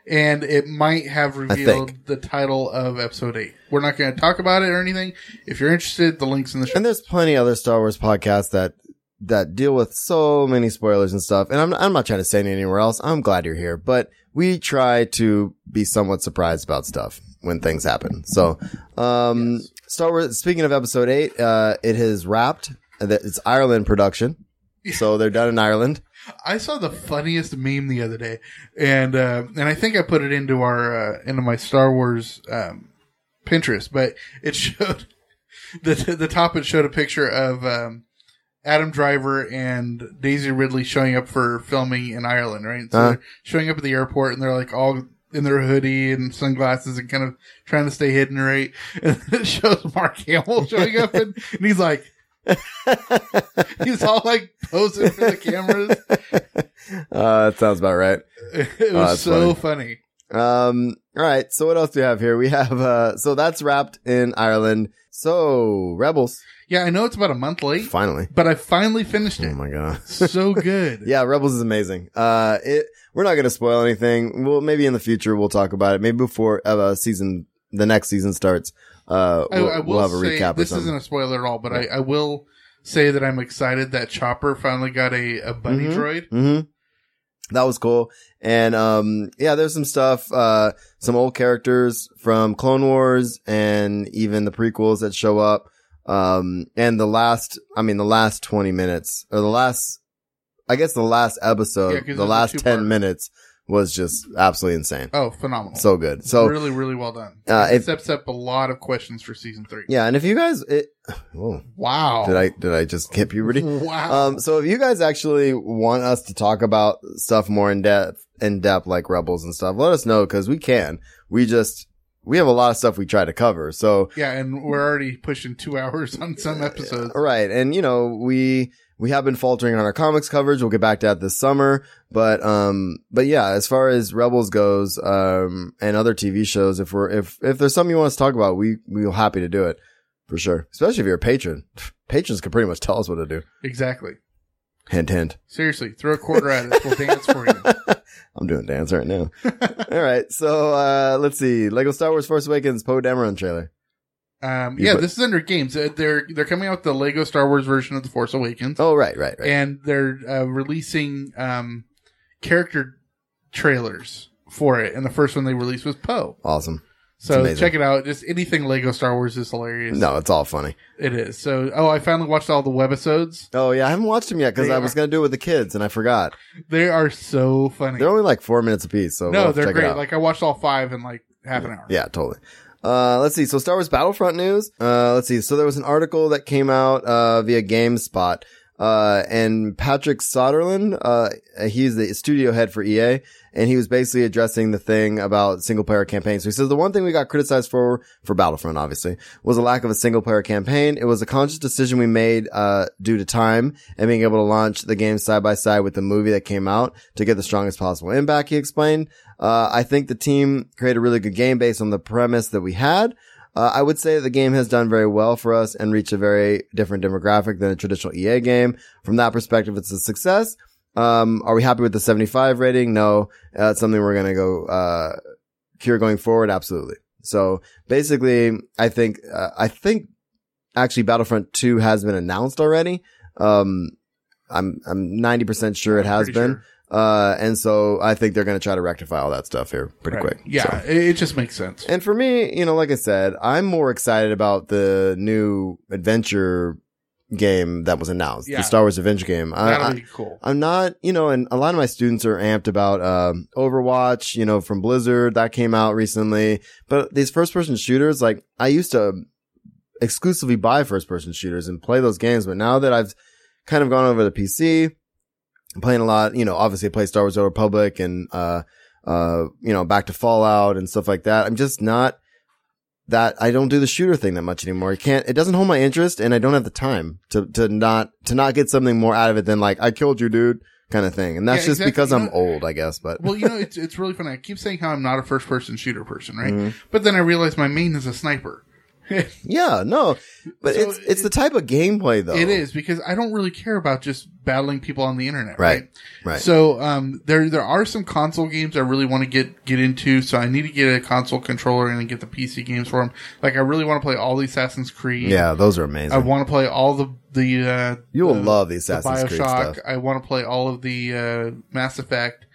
and it might have think. revealed the title of episode 8. We're not going to talk about it or anything. If you're interested, the link's in the show. And there's plenty of other Star Wars podcasts that, that deal with so many spoilers and stuff. And I'm, I'm not trying to say it anywhere else. I'm glad you're here, but we try to be somewhat surprised about stuff when things happen. So, um, Star Wars, speaking of episode eight, uh, it has wrapped. It's Ireland production. So they're done in Ireland. I saw the funniest meme the other day, and uh, and I think I put it into our uh, into my Star Wars um, Pinterest, but it (laughs) showed the the top. It showed a picture of um, Adam Driver and Daisy Ridley showing up for filming in Ireland, right? So Uh-huh. they're showing up at the airport, and they're like all in their hoodie and sunglasses and kind of trying to stay hidden, right? (laughs) And it shows Mark Hamill showing up, and, and he's like. He's all like posing for the cameras. Uh, that sounds about right. (laughs) It Oh, was that's so funny. Um, all right. So what else do we have here? We have, uh, so that's wrapped in Ireland. So Rebels, Yeah, I know it's about a month late, finally. but I finally finished Oh it. my (laughs) God. so good. Yeah, Rebels is amazing. Uh, it we're not gonna spoil anything. Well, maybe in the future we'll talk about it. Maybe before uh, uh, season the next season starts. Uh, I, we'll, I will we'll have a say recap. or this something. isn't a spoiler at all, but I, I will say that I'm excited that Chopper finally got a, a bunny Mhm. droid. Mm-hmm. That was cool. And, um, yeah, there's some stuff, uh, some old characters from Clone Wars and even the prequels that show up. Um, and the last, I mean, the last 20 minutes or the last, I guess the last Yeah, episode, 'cause the it's a last 10 two-part. minutes was just absolutely insane. Oh, phenomenal. So good. So really, really well done. Uh, it if- sets up a lot of questions for season three. yeah. And if you guys, it, whoa, Wow. did I, did I just hit puberty? Wow. Um, so if you guys actually want us to talk about stuff more in depth, in depth, like Rebels and stuff, let us know because we can. We just, we have a lot of stuff we try to cover. So, yeah, and we're already pushing two (laughs) hours on some episodes. right. And, you know, we, we have been faltering on our comics coverage. We'll get back to that this summer. But, um, but yeah, as far as Rebels goes, um, and other TV shows, if we're, if, if there's something you want us to talk about, we, we're happy to do it for sure. Especially if you're a patron. (sighs) Patrons can pretty much tell us what to do. Exactly. Hint, hint. Seriously, throw a quarter at us. We'll dance (laughs) for you. I'm doing dance right (laughs) now. All right. So, uh, let's see. Lego Star Wars Force Awakens Poe Dameron trailer. Um, You yeah, put- this is under games. Uh, They're they're coming out with the Lego Star Wars version of the Force Awakens. Oh, right, right, right. and they're uh, releasing um, character trailers for it. And the first one they released was Poe. Awesome. It's So amazing. check it out. Just anything Lego Star Wars is hilarious. No, it's all funny. It is. So oh, I finally watched all the webisodes. Oh, yeah. I haven't watched them yet because They I was are- going to do it with the kids and I forgot. They are so funny. They're only like four minutes apiece. So, no, we'll they're check it great. out. Like I watched all five in like half an hour. Yeah, totally. Uh, let's see. So Star Wars Battlefront news. Uh, let's see. So there was an article that came out, uh, via GameSpot, Uh, and Patrick Soderlund, uh, he's the studio head for EA, and he was basically addressing the thing about single player campaigns. So he says the one thing we got criticized for, for Battlefront obviously, was a lack of a single player campaign. It was a conscious decision we made, uh, due to time and being able to launch the game side by side with the movie that came out to get the strongest possible impact, he explained. Uh, I think the team created a really good game based on the premise that we had. Uh, I would say the game has done very well for us and reached a very different demographic than a traditional EA game. From that perspective, it's a success. Um, are we happy with the 75 rating? No. Uh, it's something we're going to go, uh, cure going forward. Absolutely. So basically, I think, uh, I think actually Battlefront 2 has been announced already. Um, I'm, I'm 90% sure it has Pretty been. sure. Uh, and so I think they're going to try to rectify all that stuff here pretty Right. quick. So. Yeah, it, it just makes sense. And for me, you know, like I said, I'm more excited about the new adventure game that was announced, Yeah. the Star Wars adventure game. That'll I, be cool. I, am not, you know, and a lot of my students are amped about um, Overwatch, you know, from Blizzard that came out recently. But these first person shooters, like I used to exclusively buy first person shooters and play those games, but now that I've kind of gone over to PC, I'm playing a lot, you know, obviously I play Star Wars The Old Republic and, uh, uh, you know, back to Fallout and stuff like that. I'm just not that, I don't do the shooter thing that much anymore. You can't, it doesn't hold my interest and I don't have the time to, to not, to not get something more out of it than like, I killed you, dude, kind of thing. And that's Yeah, just exactly. because You I'm know- old, I guess, but well, you know, it's it's really funny. I keep saying how I'm not a first person shooter person, right? Mhm. But then I realize my main is a sniper. (laughs) yeah, no, but So it's, it's the type of gameplay though. It is because I don't really care about just battling people on the internet, Right. right? Right. So um, there there are some console games I really want to get get into. So I need to get a console controller and get the PC games for them. Like I really want to play all the Assassin's Creed. yeah, those are amazing. I want to play all the the. Uh, You will the- love the the Assassin's Creed stuff. I want to play all of the uh, Mass Effect,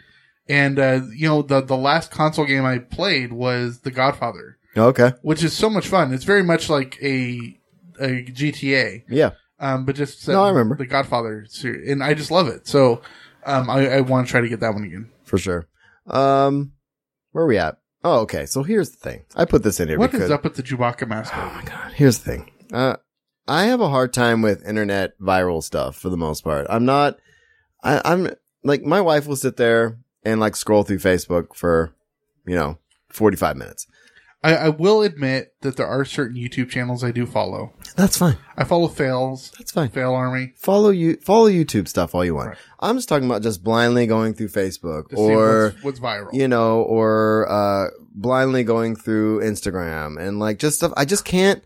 and uh, you know the the last console game I played was The Godfather, Okay. which is so much fun. It's very much like a a GTA, Yeah. um, but just No, I remember. the Godfather series, and I just love it. So um, I, I want to try to get that one again. for sure. Um, where are we at? Oh, okay. So here's the thing. I put this in here What because is up with the Chewbacca master? oh my god. Here's the thing. Uh, I have a hard time with internet viral stuff for the most part. I'm not. I, I'm like my wife will sit there and like scroll through Facebook for, you know, 45 minutes. I, I will admit that there are certain YouTube channels I do follow. That's fine. I follow fails, That's fine. fail army. Follow you follow YouTube stuff all you want. Right. I'm just talking about just blindly going through Facebook to see or what's, what's viral. you know, or uh, blindly going through Instagram and like just stuff. I just can't,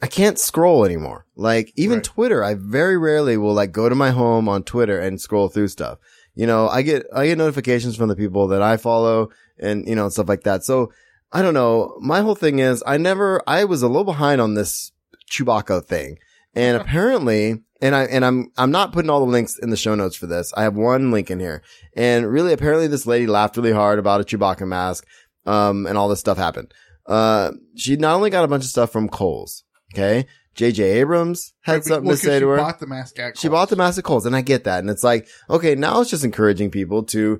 I can't scroll anymore. Like even Right. Twitter, I very rarely will like go to my home on Twitter and scroll through stuff. You know, I get I get notifications from the people that I follow and you know and stuff like that. So I don't know. My whole thing is I never I was a little behind on this Chewbacca thing. (laughs) And apparently, and I and I'm I'm not putting all the links in the show notes for this. I have one link in here. And really apparently this lady laughed really hard about a Chewbacca mask um and all this stuff happened. Uh she not only got a bunch of stuff from Coles, okay? JJ Abrams had Right, something well, to 'cause say she to her. Bought the mask at She Kohl's. bought the mask at Kohl's, and I get that. And it's like, okay, now it's just encouraging people to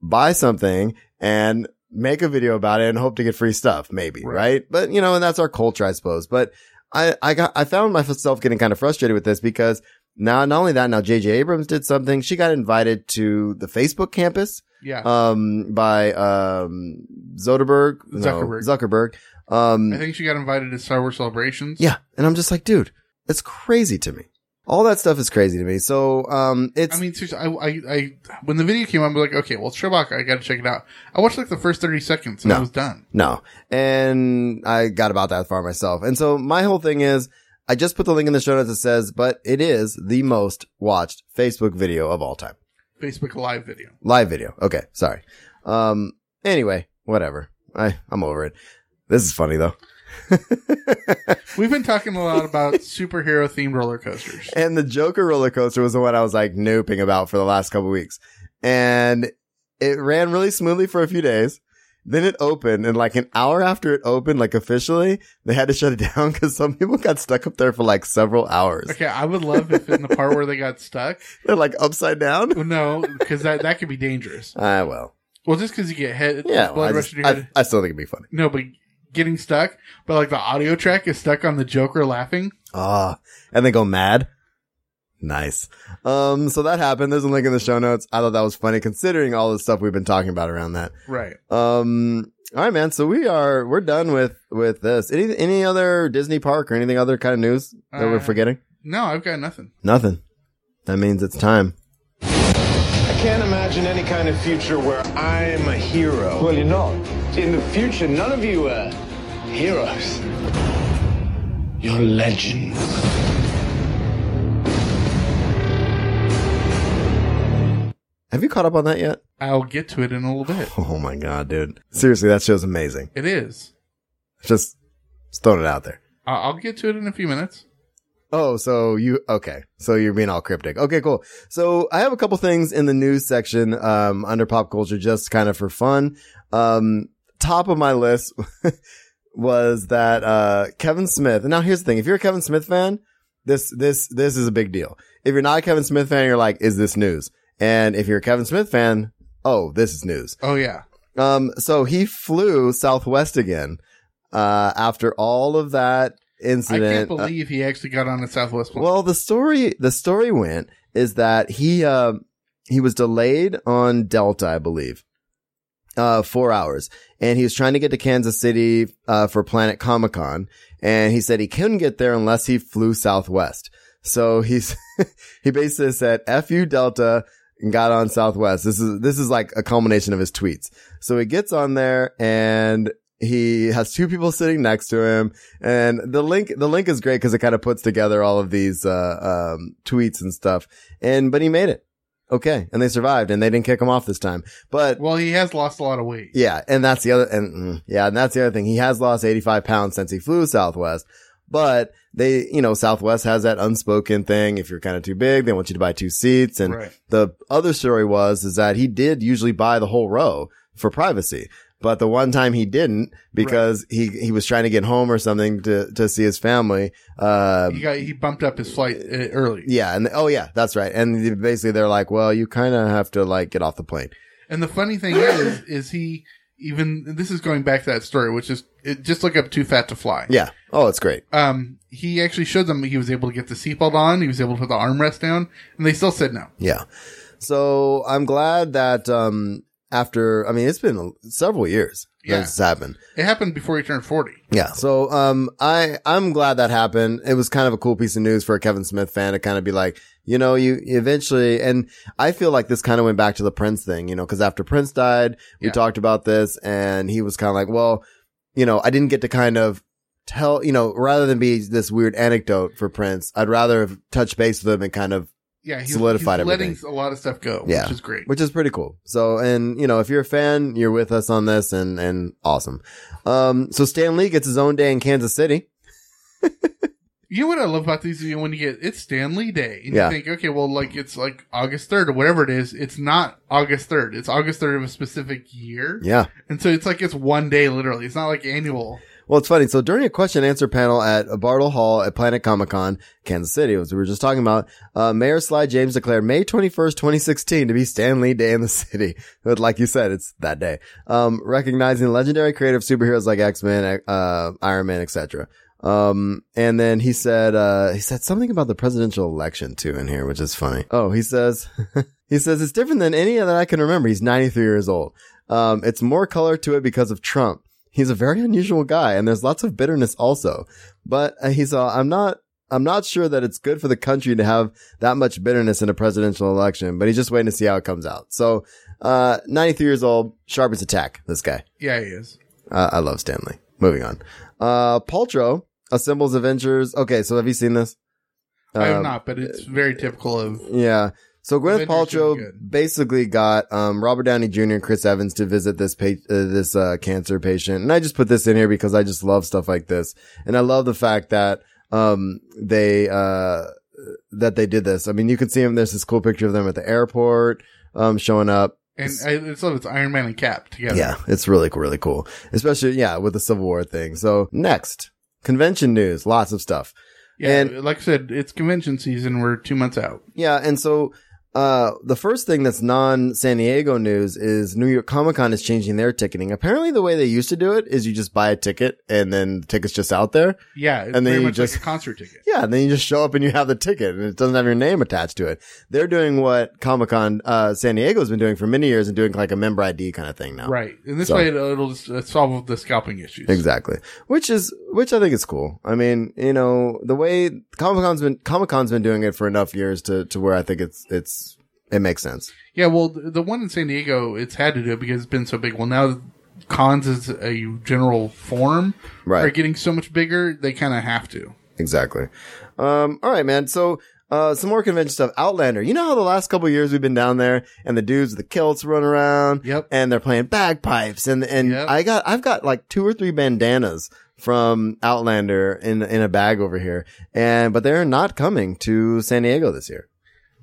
buy something and make a video about it and hope to get free stuff, maybe, right? Right. But you know, and that's our culture, I suppose. But I, I got, I found myself getting kind of frustrated with this because now, not only that, now JJ Abrams did something. She got invited to the Facebook campus, Yeah, um, by, um, Zoderberg, no, Zuckerberg. Zuckerberg. Um, I think she got invited to Star Wars celebrations. yeah. And I'm just like, dude, that's crazy to me. All that stuff is crazy to me. So, um, it's, I mean, seriously, I, I, I, when the video came, on, I was like, okay, well, it's Chewbacca. I got to check it out. I watched like the first thirty seconds, and No. I was done. No. And I got about that far myself. And so my whole thing is I just put the link in the show notes that says, but it is the most watched Facebook video of all time. Facebook Live video. Live video. Okay. Sorry. Um, anyway, whatever. I, I'm over it. This is funny though. (laughs) We've been talking a lot about superhero themed roller coasters. And the Joker roller coaster was the one I was like nooping about for the last couple weeks. And it ran really smoothly for a few days. Then it opened and like an hour after it opened, like officially, they had to shut it (laughs) down because some people got stuck up there for like several hours. Okay, I would love if in the part where they got stuck. They're like upside down. No, because that that could be dangerous. Ah, well, Well, just because you get head, yeah. well, I, blood rush just- to your head. I- I still think it'd be funny. no, but getting stuck. But like the audio track is stuck on the Joker laughing. Ah, and they go mad. Nice. Um, so that happened. There's a link in the show notes. I thought that was funny considering all the stuff we've been talking about around that. Right. Um, all right, man. So we are, we're done with, with this. Any, any other Disney park or anything other kind of news that we're Uh, forgetting? No, I've got nothing. Nothing. That means it's time. I can't imagine any kind of future where I'm a hero. Well, you're not. In the future, none of you are heroes. You're legends. Have you caught up on that yet? I'll get to it in a little bit. Oh my God, dude. Seriously, that show's amazing. It is. Just, just throwing it out there. I- I'll get to it in a few minutes. Oh, so you okay? So you're being all cryptic. Okay, cool. So I have a couple things in the news section um, under pop culture, just kind of for fun. Um, top of my list (laughs) was that uh, Kevin Smith. Now here's the thing: if you're a Kevin Smith fan, this this this is a big deal. If you're not a Kevin Smith fan, you're like, is this news? And if you're a Kevin Smith fan, oh, this is news. Oh yeah. Um, so he flew Southwest again uh, after all of that incident. I can't Uh, believe he actually got on a Southwest plane. well, the story the story went is that he uh, he was delayed on Delta, I believe, uh, four hours, and he was trying to get to Kansas City uh, for Planet Comic Con, and he said he couldn't get there unless he flew Southwest. So he's (laughs) he basically said "f you Delta" and got on Southwest. This is this is like a culmination of his tweets. So he gets on there and he has two people sitting next to him and the link the link is great because it kind of puts together all of these uh, um, tweets and stuff and but he made it okay and they survived and they didn't kick him off this time but Well, he has lost a lot of weight. yeah, and that's the other, and mm, yeah, and that's the other thing. He has lost 85 pounds since he flew Southwest, but they, you know, Southwest has that unspoken thing. If you're kind of too big, they want you to buy two seats. And Right. the other story was, is that he did usually buy the whole row for privacy. But the one time he didn't because he, he was trying to get home or something to, to see his family. Uh, He got he bumped up his flight uh, early. yeah. And oh yeah, that's right. And basically they're like, well, you kind of have to like get off the plane. And the funny thing is, is he even and this is going back to that story, which is it, just look up "Too Fat to Fly." Yeah. Oh, it's great. Um, he actually showed them he was able to get the seatbelt on, he was able to put the armrest down, and they still said no. Yeah. So I'm glad that um after I mean it's been several years Yeah. that this has happened. It happened before he turned forty. Yeah. So um I I'm glad that happened. It was kind of a cool piece of news for a Kevin Smith fan to kind of be like, you know, you eventually and I feel like this kind of went back to the Prince thing, you know, cuz after Prince died, we Yeah. talked about this and he was kind of like, well, you know, I didn't get to kind of tell, you know, rather than be this weird anecdote for Prince, I'd rather have touched base with him and kind of Yeah, he's, Solidified he's letting everything. a lot of stuff go, Yeah. which is great. which is pretty cool. So, and you know, if you're a fan, you're with us on this and, and awesome. Um, so Stan Lee gets his own day in Kansas City. You know what I love about these? You know, when you get it's Stanley Day, and Yeah. you think, okay, well, like it's like August third or whatever it is. It's not August third. It's August third of a specific year. Yeah. and so it's like it's one day literally. It's not like annual. Well, it's funny. So during a question and answer panel at Bartle Hall at Planet Comic Con, Kansas City, as we were just talking about, uh, Mayor Sly James declared May 21st, 2016 to be Stan Lee Day in the (laughs) city. But like you said, it's that day. Um, recognizing legendary creative superheroes like X-Men, uh, Iron Man, etc. Um, and then he said, uh, he said something about the presidential election too in here, which is funny. Oh, he says, (laughs) he says, it's different than any that I can remember. He's 93 years old. Um, it's more color to it because of Trump. He's a very unusual guy and there's lots of bitterness also, but uh, he's, uh, I'm not, I'm not sure that it's good for the country to have that much bitterness in a presidential election, but he's just waiting to see how it comes out. So, uh, 93 years old, sharp as a tack, this guy. Yeah, it is. Uh, I love Stanley. Moving on. Uh, Paltrow assembles Avengers. Okay, so have you seen this? I have Um, not, but it's very typical of Yeah. So Gwyneth Avengers doing Paltrow good. basically got um, Robert Downey Jr. and Chris Evans to visit this pa- uh, this uh, cancer patient, and I just put this in here because I just love stuff like this, and I love the fact that um, they uh, that they did this. I mean, you can see him. There's this cool picture of them at the airport um, showing up. and I, it's love it's Iron Man and Cap together. Yeah, it's really cool, really cool. Especially, yeah, with the Civil War thing. So next, convention news, lots of stuff. yeah. And- like I said, it's convention season. We're two months out. Yeah, and so Uh, the first thing that's non San Diego news is New York Comic Con is changing their ticketing. Apparently, the way they used to do it is you just buy a ticket and then the ticket's just out there. Yeah, it's And then very you much just- like a concert ticket. Yeah, and then you just show up and you have the ticket and it doesn't have your name attached to it. They're doing what Comic Con uh, San Diego has been doing for many years and doing like a member ID kind of thing now. Right. And this So- way it'll, it'll just, uh, solve the scalping issues. Exactly. Which is, which I think is cool. I mean, you know, the way Comic Con's been, Comic Con's been doing it for enough years to, to where I think it's, it's, it makes sense. Yeah, well, th- the one in San Diego, it's had to do it because it's been so big. Well, now cons is a general form Right. are getting so much bigger, they kind of have to. Exactly. Um, all right, man. So, uh, some more convention stuff. Outlander. You know how the last couple of years we've been down there and the dudes with the kilts run around. Yep. And they're playing bagpipes and, and Yep. I got, I've got like two or three bandanas from Outlander in, in a bag over here. And, but they're not coming to San Diego this year.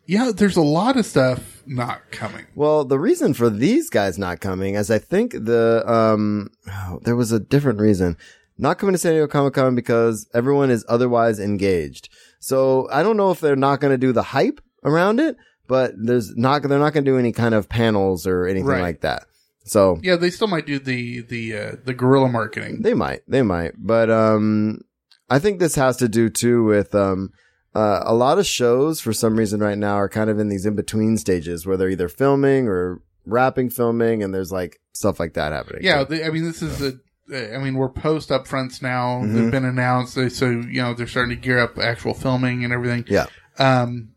Yeah, there's a lot of stuff not coming. Well, the reason for these guys not coming is I think the um oh, there was a different reason. Not coming to San Diego Comic Con because everyone is otherwise engaged. So I don't know if they're not going to do the hype around it, but there's not they're not going to do any kind of panels or anything Right. like that. So Yeah, they still might do the the uh, the guerrilla marketing. they might, they might, but um, I think this has to do too with um, uh, a lot of shows for some reason right now are kind of in these in between stages where they're either filming or wrapping filming, and there's like stuff like that happening. Yeah, too. they, I mean, this is a. I mean, we're post upfronts now. Mm-hmm. They've been announced, they- so you know they're starting to gear up actual filming and everything. yeah, Um,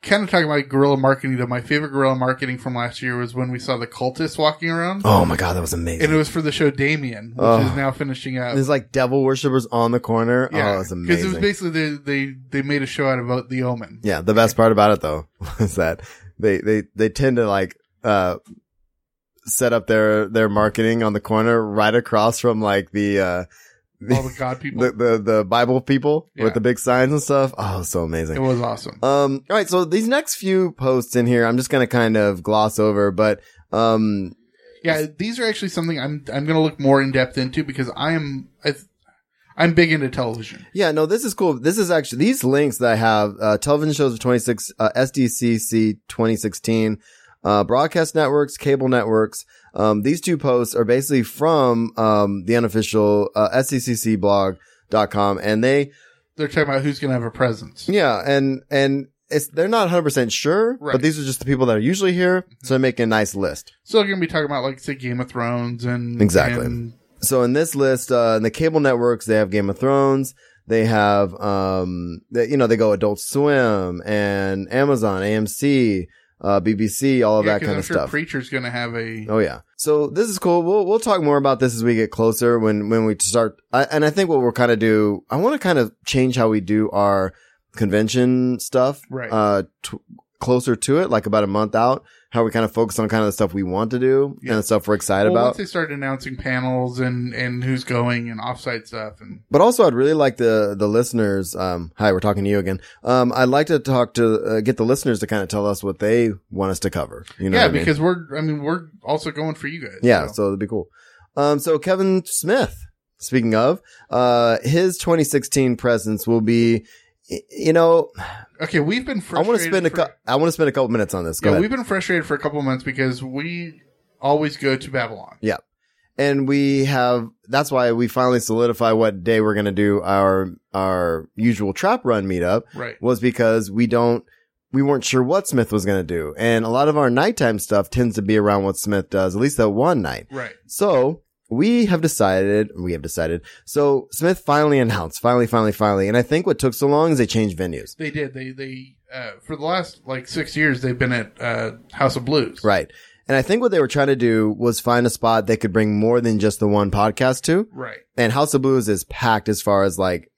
kind of talking about guerrilla marketing though. My favorite guerrilla marketing from last year was when we saw the cultists walking around, Oh my god, that was and amazing. it was for the show Damien, which Oh. is now finishing up. There's like devil worshippers on the corner. oh, that was it amazing. was basically they, they they made a show out about the Omen. yeah, the best part about it though (laughs) is that they they they tend to like uh set up their their marketing on the corner right across from like the uh All the (laughs) god people. the the, the Bible people Yeah. with the big signs and stuff. Oh, so it amazing. was awesome. Um, all right. So these next few posts in here, I'm just going to kind of gloss over, but, um, Yeah, these are actually something I'm I'm going to look more in depth into because I am I, th- I'm big into television. yeah, no, this is cool. This is actually these links that I have, uh, television shows of 26, uh, SDCC 2016, uh, broadcast networks, cable networks. Um, these two posts are basically from, um, the unofficial, uh, SDCC blog.com and they, They're talking about who's going to have a presence. Yeah, and and it's they're not 100 percent sure, but Right. Mm-hmm. these are just the people that are usually here, so they make a nice list. So they're going to be talking about like say Game of Thrones and Exactly. and- So in this list, uh, in the cable networks, they have Game of Thrones. They have, um, they, you know, they go Adult Swim and Amazon, AMC, uh, BBC, all of Yeah, that 'cause kind I'm of sure stuff. Preacher's going to have a Oh yeah. So this is cool. We'll we'll talk more about this as we get closer when when we start. I, and I think what we'll kind of do, I want to kind of change how we do our convention stuff, Right. Uh, t- closer to it, like about a month out. How we kind of focus on kind of the stuff we want to do Yeah. and the stuff we're excited well, once about. they start announcing panels and and who's going and offsite stuff and but also, I'd really like the the listeners. Um, hi, we're talking to you again. Um, I'd like to talk to uh, get the listeners to kind of tell us what they want us to cover. You know, yeah, what I mean? because we're I mean we're also going for you guys. Yeah, so, it'd be cool. Um, so Kevin Smith, speaking of, uh, his 2016 presence will be, y- you know, okay, we've been I frustrated want to spend a for- cou- I want to spend a couple minutes on this. Go yeah, ahead. we've been frustrated for a couple months because we always go to Babylon. yeah, and we have that's why we finally solidify what day we're gonna do our our usual trap run meetup. Right. was because we don't we weren't sure what Smith was gonna do, and a lot of our nighttime stuff tends to be around what Smith does, at least that one night. Right. So we have decided, we have decided. So Smith finally announced, finally, finally, finally. And I think what took so long is they changed venues. They did. They they uh, for the last like six years they've been at uh, House of Blues. Right. And I think what they were trying to do was find a spot they could bring more than just the one podcast to. Right. And House of Blues is packed as far as like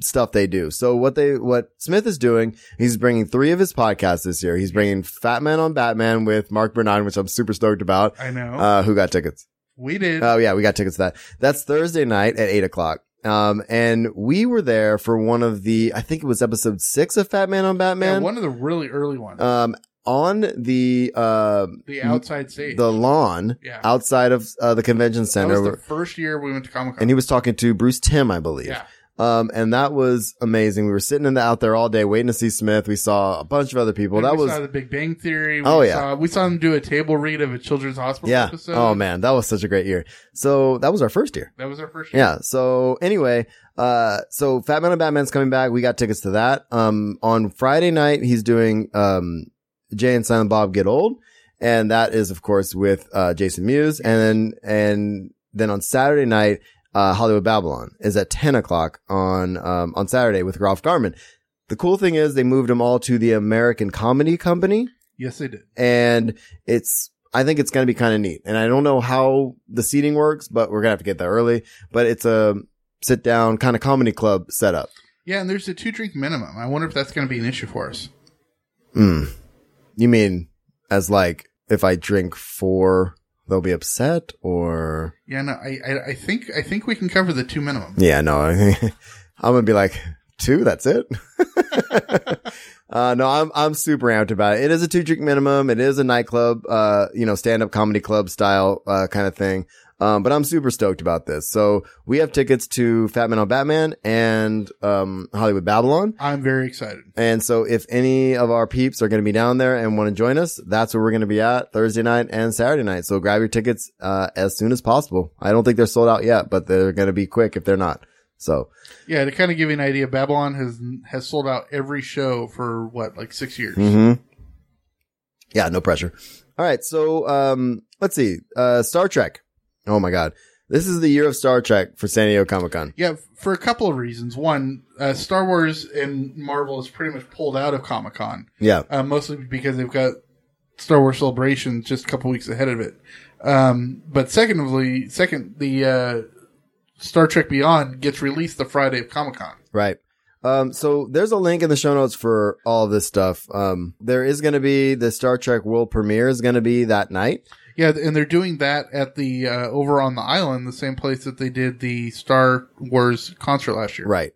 stuff they do. So what they, what Smith is doing, he's bringing three of his podcasts this year. He's bringing Fat Man on Batman with Mark Bernard, which I'm super stoked about. I know. Uh, who got tickets? we did. Oh yeah, we got tickets to that. That's Thursday night at eight o'clock. Um, and we were there for one of the, I think it was episode six of Fat Man on Yeah, Batman. one of the really early ones. um, on the, uh, the outside stage. the lawn Yeah. outside of uh, the convention that was center. the first year we went to Comic Con. and he was talking to Bruce Tim, I believe. yeah. Um, and that was amazing. We were sitting in the, out there all day waiting to see Smith. We saw a bunch of other people. that we was saw the Big Bang Theory. We Oh, yeah. saw, we saw him do a table read of a children's hospital yeah. episode. Oh man, that was such a great year. So that was our first year. that was our first. Yeah. So anyway, uh, so Fat Man and Batman's coming back. We got tickets to that. Um, on Friday night, he's doing, um, Jay and Silent Bob Get Old. And that is, of course, with, uh, Jason Mewes. And then, and then on Saturday night, uh, Hollywood Babylon is at 10 o'clock on, um, on Saturday with Ralph Garman. The cool thing is they moved them all to the American Comedy Company Yes, they did. and it's I think it's going to be kind of neat. And I don't know how the seating works, but we're going to have to get there early, but it's a sit down kind of comedy club setup. Yeah, and there's a two drink minimum. I wonder if that's going to be an issue for us. Mm. You mean as like if I drink 4 they'll be upset or Yeah, no, I, I, I think, I think we can cover the two minimum. Yeah, no. (laughs) I'm going to be like 2, that's it. (laughs) Uh, no, I'm, I'm super amped about it. It is a two drink minimum. It is a nightclub, uh, you know, stand up comedy club style, uh, kind of thing. Um, but I'm super stoked about this. So we have tickets to Fat Man on Batman and, um, Hollywood Babylon. I'm very excited. And so if any of our peeps are going to be down there and want to join us, that's where we're going to be at Thursday night and Saturday night. So grab your tickets, uh, as soon as possible. I don't think they're sold out yet, but they're going to be quick if they're not. So Yeah, to kind of give you an idea, Babylon has has sold out every show for what, like six years. Mm-hmm. Yeah, no pressure. All right, so um, let's see. Uh, Star Trek. Oh my God, this is the year of Star Trek for San Diego Comic Con. Yeah, f- for a couple of reasons. One, uh, Star Wars and Marvel is pretty much pulled out of Comic Con, Yeah, uh, mostly because they've got Star Wars Celebration just a couple weeks ahead of it. Um, but secondly, second, the uh, Star Trek Beyond gets released the Friday of Comic Con. right. Um, so there's a link in the show notes for all of this stuff. Um, there is going to be the Star Trek world premiere is going to be that night. Yeah, and they're doing that at the uh, over on the island, the same place that they did the Star Wars concert last year. Right.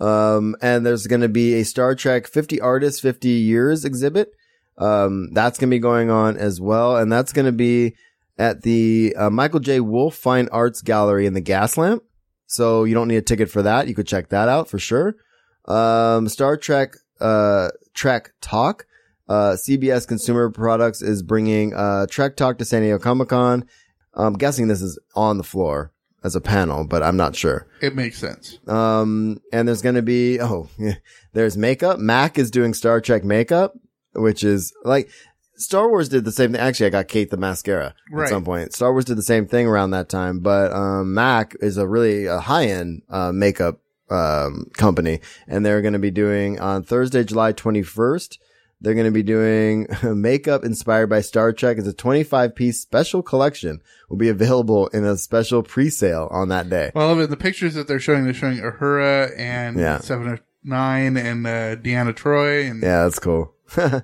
Um, and there's going to be a Star Trek 50 artists, 50 years exhibit. Um, that's going to be going on as well. And that's going to be at the uh, Michael J. Wolf Fine Arts Gallery in the Gaslamp. So you don't need a ticket for that. You could check that out for sure. Um, Star Trek, uh, Trek Talk. Uh, CBS Consumer Products is bringing, uh, Trek Talk to San Diego Comic Con. I'm guessing this is on the floor as a panel, but I'm not sure. It makes sense. Um, and there's going to be, oh, (laughs) yeah, there's makeup. Mac is doing Star Trek makeup, which is like Star Wars did the same thing. Actually, I got Kate the mascara Right. at some point. Star Wars did the same thing around that time, but, um, Mac is a really a high end, uh, makeup, um, company. And they're going to be doing on Thursday, July 21st. They're going to be doing (laughs) makeup inspired by Star Trek. It's a 25 piece special collection will be available in a special pre-sale on that day. Well, I love it. The pictures that they're showing, they're showing Uhura and Yeah. Seven of Nine and uh, Deanna Troy, and Yeah, that's cool.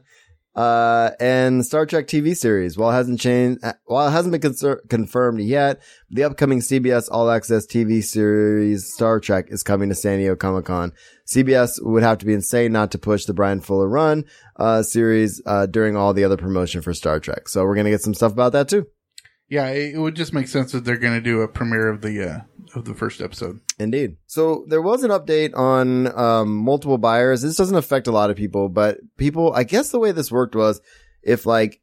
(laughs) uh, and Star Trek TV series, while it hasn't changed, uh, while it hasn't been conser- confirmed yet, the upcoming CBS All Access TV series Star Trek is coming to San Diego Comic Con. CBS would have to be insane not to push the Brian Fuller run uh, series uh, during all the other promotion for Star Trek. So we're gonna get some stuff about that too. yeah, it, it would just make sense that they're going to do a premiere of the uh, of the first episode. Indeed. So there was an update on um, multiple buyers. This doesn't affect a lot of people, but people, I guess the way this worked was if like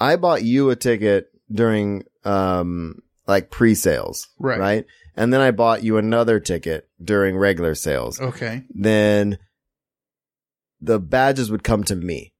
I bought you a ticket during um, like pre sales, Right. Right. And then I bought you another ticket during regular sales, Okay, then the badges would come to me.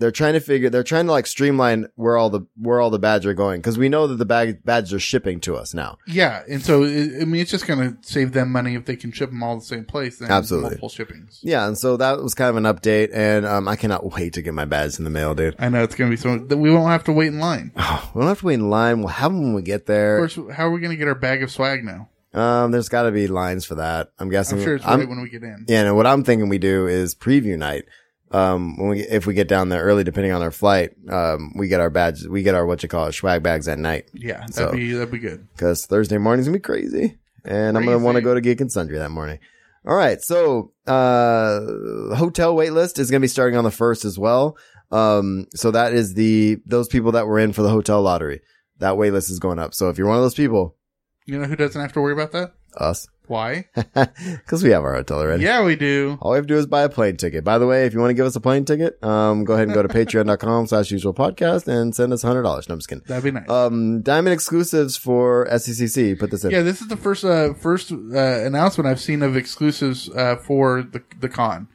They're trying to figure, they're trying to like streamline where all the, where all the badges are going. Cause we know that the bag, badges are shipping to us now. yeah, and so it, I mean, it's just going to save them money if they can ship them all the same place. Then Absolutely. multiple shippings. Yeah, and so that was kind of an update, and um, I cannot wait to get my badge in the mail, dude. (sighs) I know it's going to be so that we won't have to wait in line. Of we don't have to wait in line. We'll have them when we get there. course, how are we going to get our bag of swag now? Um, there's got to be lines for that. I'm guessing. I'm sure it's I'm- right when we get in. yeah, no, what I'm thinking we do is preview night. Um, when we if we get down there early, depending on our flight, um, we get our badges, we get our what you call it, swag bags at night. Yeah, that'd So- be that'd be good. because Thursday morning's gonna be crazy, and I'm gonna Crazy. want to go to Geek and Sundry that morning. All right, so uh, hotel waitlist is gonna be starting on the first as well. Um, so that is the those people that were in for the hotel lottery. That waitlist is going up. So if you're one of those people, You know who doesn't have to worry about that? us, (laughs) Why? because we have our hotel already. yeah, we do. All we have to do is buy a plane ticket. By the way, if you want to give us a plane ticket, um, go ahead (laughs) and go to patreon.com slash usual podcast and send us $100. No, I'm just kidding. That'd be nice. Um, diamond exclusives for SCCC. Put this in. yeah, this is the first uh, first uh, announcement I've seen of exclusives uh, for the the con.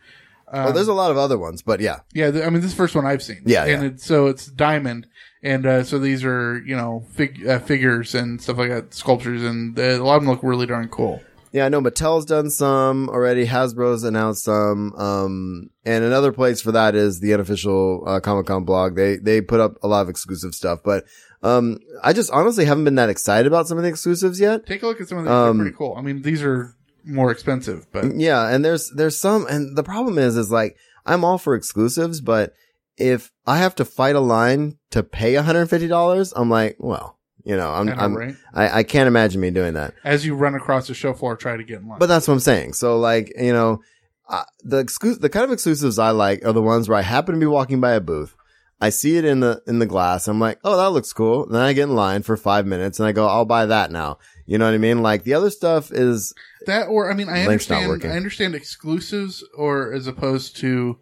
oh, there's a lot of other ones, but yeah. Yeah, th- I mean this is the first one I've seen. Yeah, and yeah. It, so it's diamond, and uh, so these are you know fig- uh, figures and stuff like that, sculptures, and uh, a lot of them look really darn cool. Yeah, I know Mattel's done some already. Hasbro's announced some. Um, and another place for that is the unofficial uh, Comic Con blog. They they put up a lot of exclusive stuff, but um, I just honestly haven't been that excited about some of the exclusives yet. Take a look at some of these; Um, they're pretty cool. I mean, these are more expensive, but Yeah, and there's there's some, and the problem is is like I'm all for exclusives, but if I have to fight a line to pay 150, dollars I'm like, well, you know, I'm, I know, I'm right? I, I can't imagine me doing that. as you run across the show floor, try to get in line. But that's what I'm saying. So like, you know, uh, the exclu- the kind of exclusives I like are the ones where I happen to be walking by a booth. I see it in the in the glass. I'm like, "Oh, that looks cool." Then I get in line for 5 minutes and I go, "I'll buy that now." You know what I mean? Like the other stuff is that or I mean I Link's not understand working. I understand exclusives or as opposed to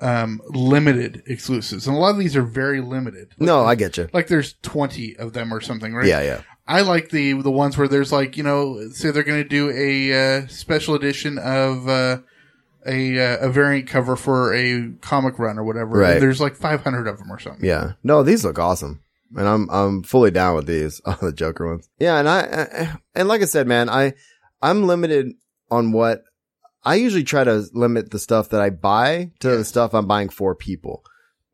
um limited exclusives. And a lot of these are very limited. No, I get you. Like there's 20 of them or something, right? Yeah, yeah. I like the the ones where there's like, you know, say they're going to do a uh, special edition of uh a, uh, a variant cover for a comic run or whatever. Right. There's like 500 of them or something. Yeah. No, these look awesome. And I'm, I'm fully down with these. (laughs) Oh, the Joker ones. Yeah. And I, I- and like I said, man, I, I'm limited on what I usually try to limit the stuff that I buy to the stuff I'm buying for people.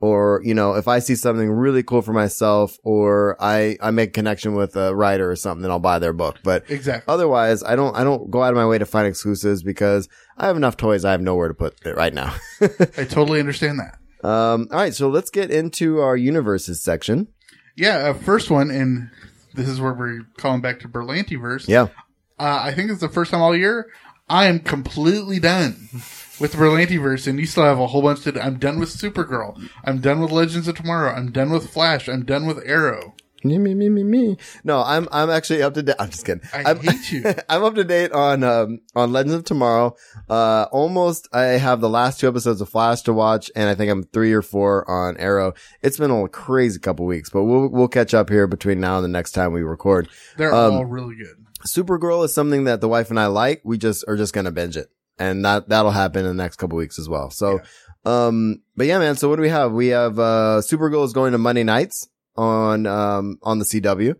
Or, you know, if I see something really cool for myself or I, I make a connection with a writer or something, then I'll buy their book. But Exactly. otherwise, I don't, I don't go out of my way to find exclusives because I have enough toys. I have nowhere to put it right now. (laughs) I totally understand that. um, all right. So let's get into our universes section. Yeah, uh, first one and this is where we're calling back to Berlantiverse. Yeah. Uh, I think it's the first time all year. I am completely done with the Berlantiverse, and you still have a whole bunch to do. I'm done with Supergirl. I'm done with Legends of Tomorrow. I'm done with Flash. I'm done with Arrow. Me, me, me, me, me. No, I'm I'm actually up to date. I'm just kidding. I am hate you. (laughs) I'm up to date on um on Legends of Tomorrow. Uh, almost. I have the last two episodes of Flash to watch, and I think I'm three or four on Arrow. It's been a crazy couple weeks, but we'll we'll catch up here between now and the next time we record. They're Um, all really good. Supergirl is something that the wife and I like. We just are just gonna binge it, and that that'll happen in the next couple weeks as well. So, um, but yeah, man. So what do we have? We have uh, Supergirl is going to Monday nights on um on the CW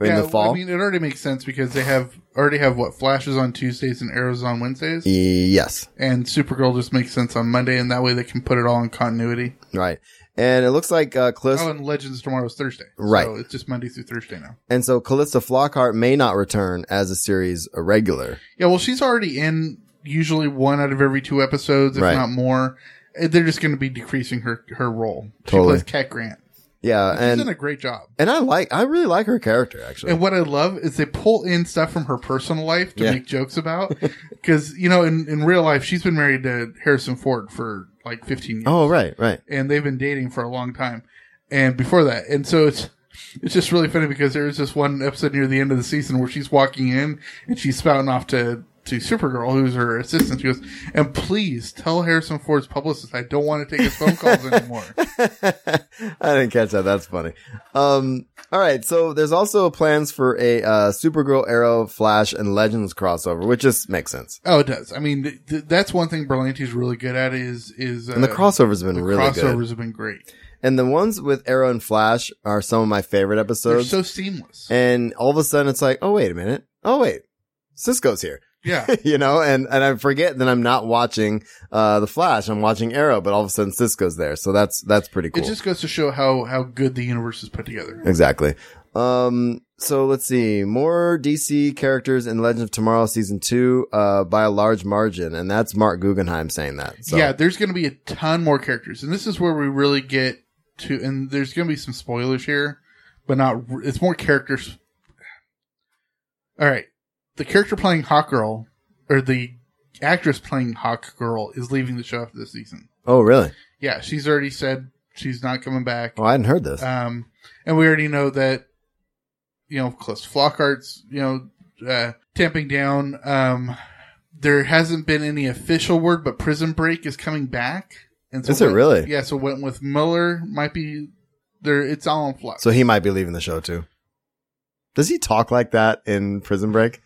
in yeah, the fall. I mean, it already makes sense because they have already have what Flashes on Tuesdays and Arrows on Wednesdays, yes, and Supergirl just makes sense on Monday, and that way they can put it all in continuity. right. And it looks like uh, Cliff. Oh, and Legends tomorrow's Thursday, Right. So it's just Monday through Thursday now. And so Callista Flockhart may not return as a series regular. Yeah, well, she's already in usually one out of every two episodes, if Right. not more. Uh, They're just going to be decreasing her her role. Totally. She plays Cat Grant. Yeah, She's and done a great job. and I like I really like her character actually. And what I love is they pull in stuff from her personal life to Yeah. make (laughs) jokes about. Because, you know, in, in real life, she's been married to Harrison Ford for like 15 years. oh right, right. And they've been dating for a long time. And before that. And so it's. It's just really funny because there was this one episode near the end of the season where she's walking in and she's spouting off to, to Supergirl, who's her assistant. She goes, and please tell Harrison Ford's publicist I don't want to take his (laughs) phone calls anymore. I didn't catch that. That's funny. Um, all right. So there's also plans for a uh, Supergirl, Arrow, Flash, and Legends crossover, which just makes sense. Oh, it does. I mean, th- th- that's one thing Berlanti's really good at is is uh, And the crossovers have been really crossovers good. have been great. And the ones with Arrow and Flash are some of my favorite They're episodes. so seamless. and all of a sudden, it's like, oh wait a minute, oh wait, Cisco's here. (laughs) Yeah, you know, and, and I forget that I'm not watching, uh, the Flash. I'm watching Arrow, but all of a sudden Cisco's there. So that's, that's pretty cool. it just goes to show how how good the universe is put together. Exactly. Um, so let's see. More DC characters in Legend of Tomorrow season two, uh, by a large margin. And that's Mark Guggenheim saying that. So, Yeah, there's going to be a ton more characters, and this is where we really get to. And there's going to be some spoilers here, but not. r- It's more characters. All right, the character playing Hawkgirl, or the actress playing Hawkgirl, is leaving the show after this season. Oh, really? Yeah, she's already said she's not coming back. Oh, I hadn't heard this. Um, and we already know that, you know, Cliff Flockhart's, you know, uh, tamping down. Um, there hasn't been any official word, but Prison Break is coming back. And Is it went- really? Yeah, so went with Miller might be there. It's all in flux. So he might be leaving the show too. Does he talk like that in Prison Break?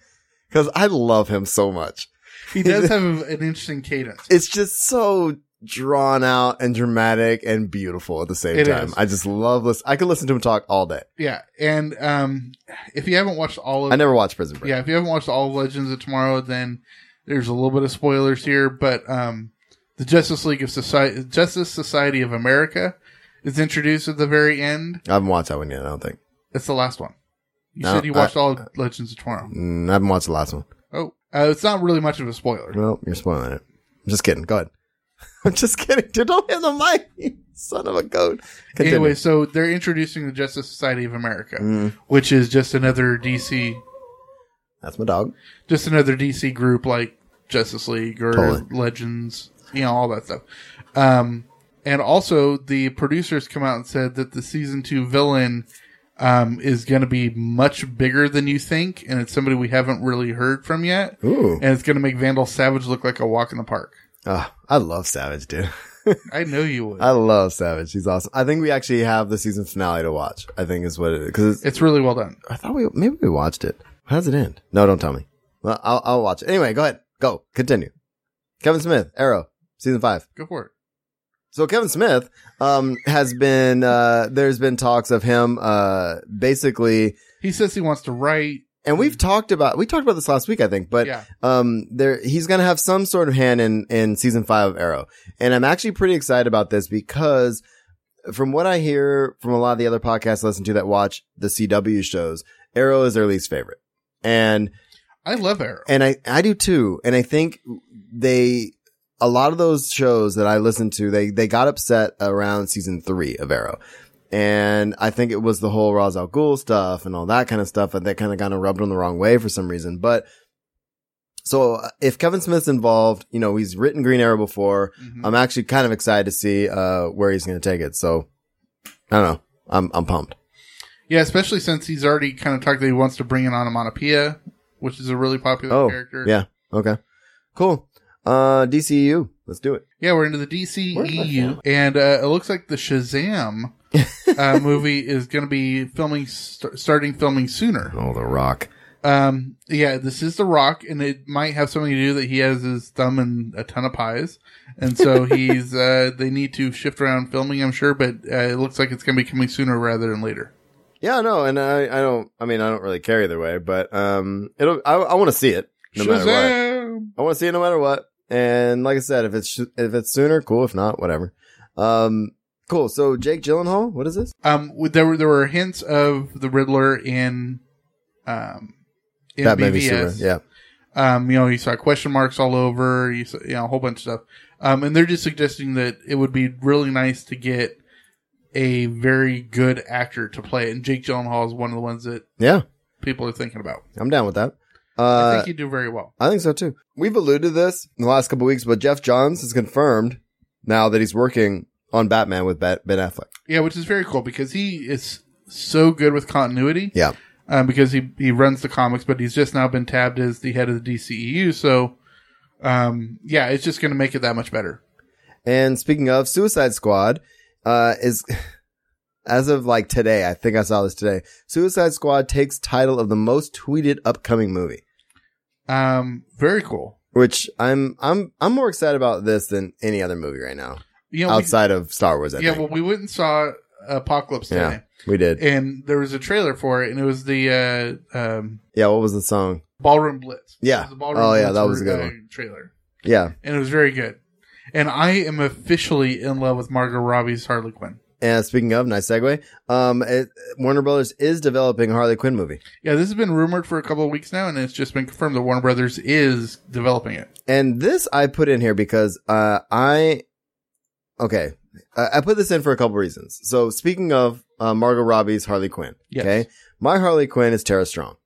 Because I love him so much. (laughs) he does have an interesting cadence. It's just so drawn out and dramatic and beautiful at the same It time. is. I just love this. I could listen to him talk all day. Yeah, and um, if you haven't watched all of, I never watched Prison Break. yeah, if you haven't watched all of Legends of Tomorrow, then there's a little bit of spoilers here. But um, the Justice League of Society, Justice Society of America, is introduced at the very end. I haven't watched that one yet. I don't think. It's the last one. You No, said you watched all of Legends of Tomorrow. Mm, I haven't watched the last one. Oh, uh, it's not really much of a spoiler. Well, you're spoiling it. I'm just kidding. Go ahead. (laughs) I'm just kidding. Dude, don't hit the mic. (laughs) you Son of a goat. Continue. Anyway, so they're introducing the Justice Society of America, Mm. which is just another DC, that's my dog. just another DC group like Justice League or Totally. Legends, you know, all that stuff. Um, and also, the producers come out and said that the season two villain um, is going to be much bigger than you think, and it's somebody we haven't really heard from yet. Ooh. And it's going to make Vandal Savage look like a walk in the park. Ah, I love Savage, dude. (laughs) I know you would. I love Savage. He's awesome. I think we actually have the season finale to watch. I think is what it is. Cause it's really well done. I thought we, maybe we watched it. How's it end? No, don't tell me. Well, I'll, I'll watch it. Anyway, go ahead. Go. Continue. Kevin Smith, Arrow, season five. Go for it. So Kevin Smith um, has been, uh, there's been talks of him uh, basically He says he wants to write. and we've talked about we talked about this last week, I think, but Yeah. um, there he's gonna have some sort of hand in in season five of Arrow, and I'm actually pretty excited about this because from what I hear from a lot of the other podcasts I listen to that watch the CW shows, Arrow is their least favorite, and I love Arrow. and I, I do too. And I think they, a lot of those shows that I listened to, they, they got upset around season three of Arrow. And I think it was the whole Ra's al Ghul stuff and all that kind of stuff. And that kind of got rubbed on the wrong way for some reason. But so uh, if Kevin Smith's involved, you know, he's written Green Arrow before. I'm actually kind of excited to see, uh, where he's going to take it. So I don't know. I'm, I'm pumped. yeah, especially since he's already kind of talked that he wants to bring in Onomatopoeia, which is a really popular Oh, character. yeah. Okay. Cool. Uh, DCU. Let's do it. Yeah, we're into the DC EU, and uh, it looks like (laughs) the Shazam uh, movie is going to be filming, st- starting filming sooner. Oh, The Rock. Um, yeah, this is The Rock, and it might have something to do that he has his thumb in a ton of pies, and (laughs) so he's uh, they need to shift around filming, I'm sure, but uh, it looks like it's going to be coming sooner rather than later. Yeah, no, and I, I don't. I mean, I don't really care either way, but um, it'll. I, I want to see it no matter what. Shazam! I want to see it no matter what. And like I said, if it's sh- if it's sooner, cool. If not, whatever. Um, cool. So Jake Gyllenhaal, what is this? Um, w- there were there were hints of the Riddler in, um, in that maybe sooner. BVS. Yeah. Um, you know, you saw question marks all over. You saw, you know, a whole bunch of stuff. Um, and they're just suggesting that it would be really nice to get a very good actor to play it. And Jake Gyllenhaal is one of the ones that Yeah, people are thinking about. I'm down with that. I Uh, think he'd do very well. I think so too. We've alluded to this in the last couple weeks, but Jeff Johns has confirmed now that he's working on Batman with Bat- Ben Affleck. Yeah, which is very cool because he is so good with continuity. Yeah. um, because he, he runs the comics, but he's just now been tabbed as the head of the DCEU. So, um, yeah, it's just going to make it that much better. And speaking of Suicide Squad, uh, is (laughs) as of like today, I think I saw this today. Suicide Squad takes title of the most tweeted upcoming movie, Um, very cool. which I'm I'm I'm more excited about this than any other movie right now You know, we- outside of Star Wars. I yeah, think. well, we went and saw Apocalypse yeah, today, we did. and there was a trailer for it, and it was the uh, um, yeah, what was the song? Ballroom Blitz. Yeah. It was the Ballroom Oh, yeah, Blitz that was a re- good uh, one. trailer, Yeah, and it was very good. And I am officially in love with Margot Robbie's Harley Quinn. and speaking of, nice segue. Um, it, Warner Brothers is developing a Harley Quinn movie. Yeah, this has been rumored for a couple of weeks now, and it's just been confirmed that Warner Brothers is developing it. And this I put in here because uh, I okay, uh, I put this in for a couple reasons. So speaking of uh, Margot Robbie's Harley Quinn, Yes. okay, my Harley Quinn is Tara Strong,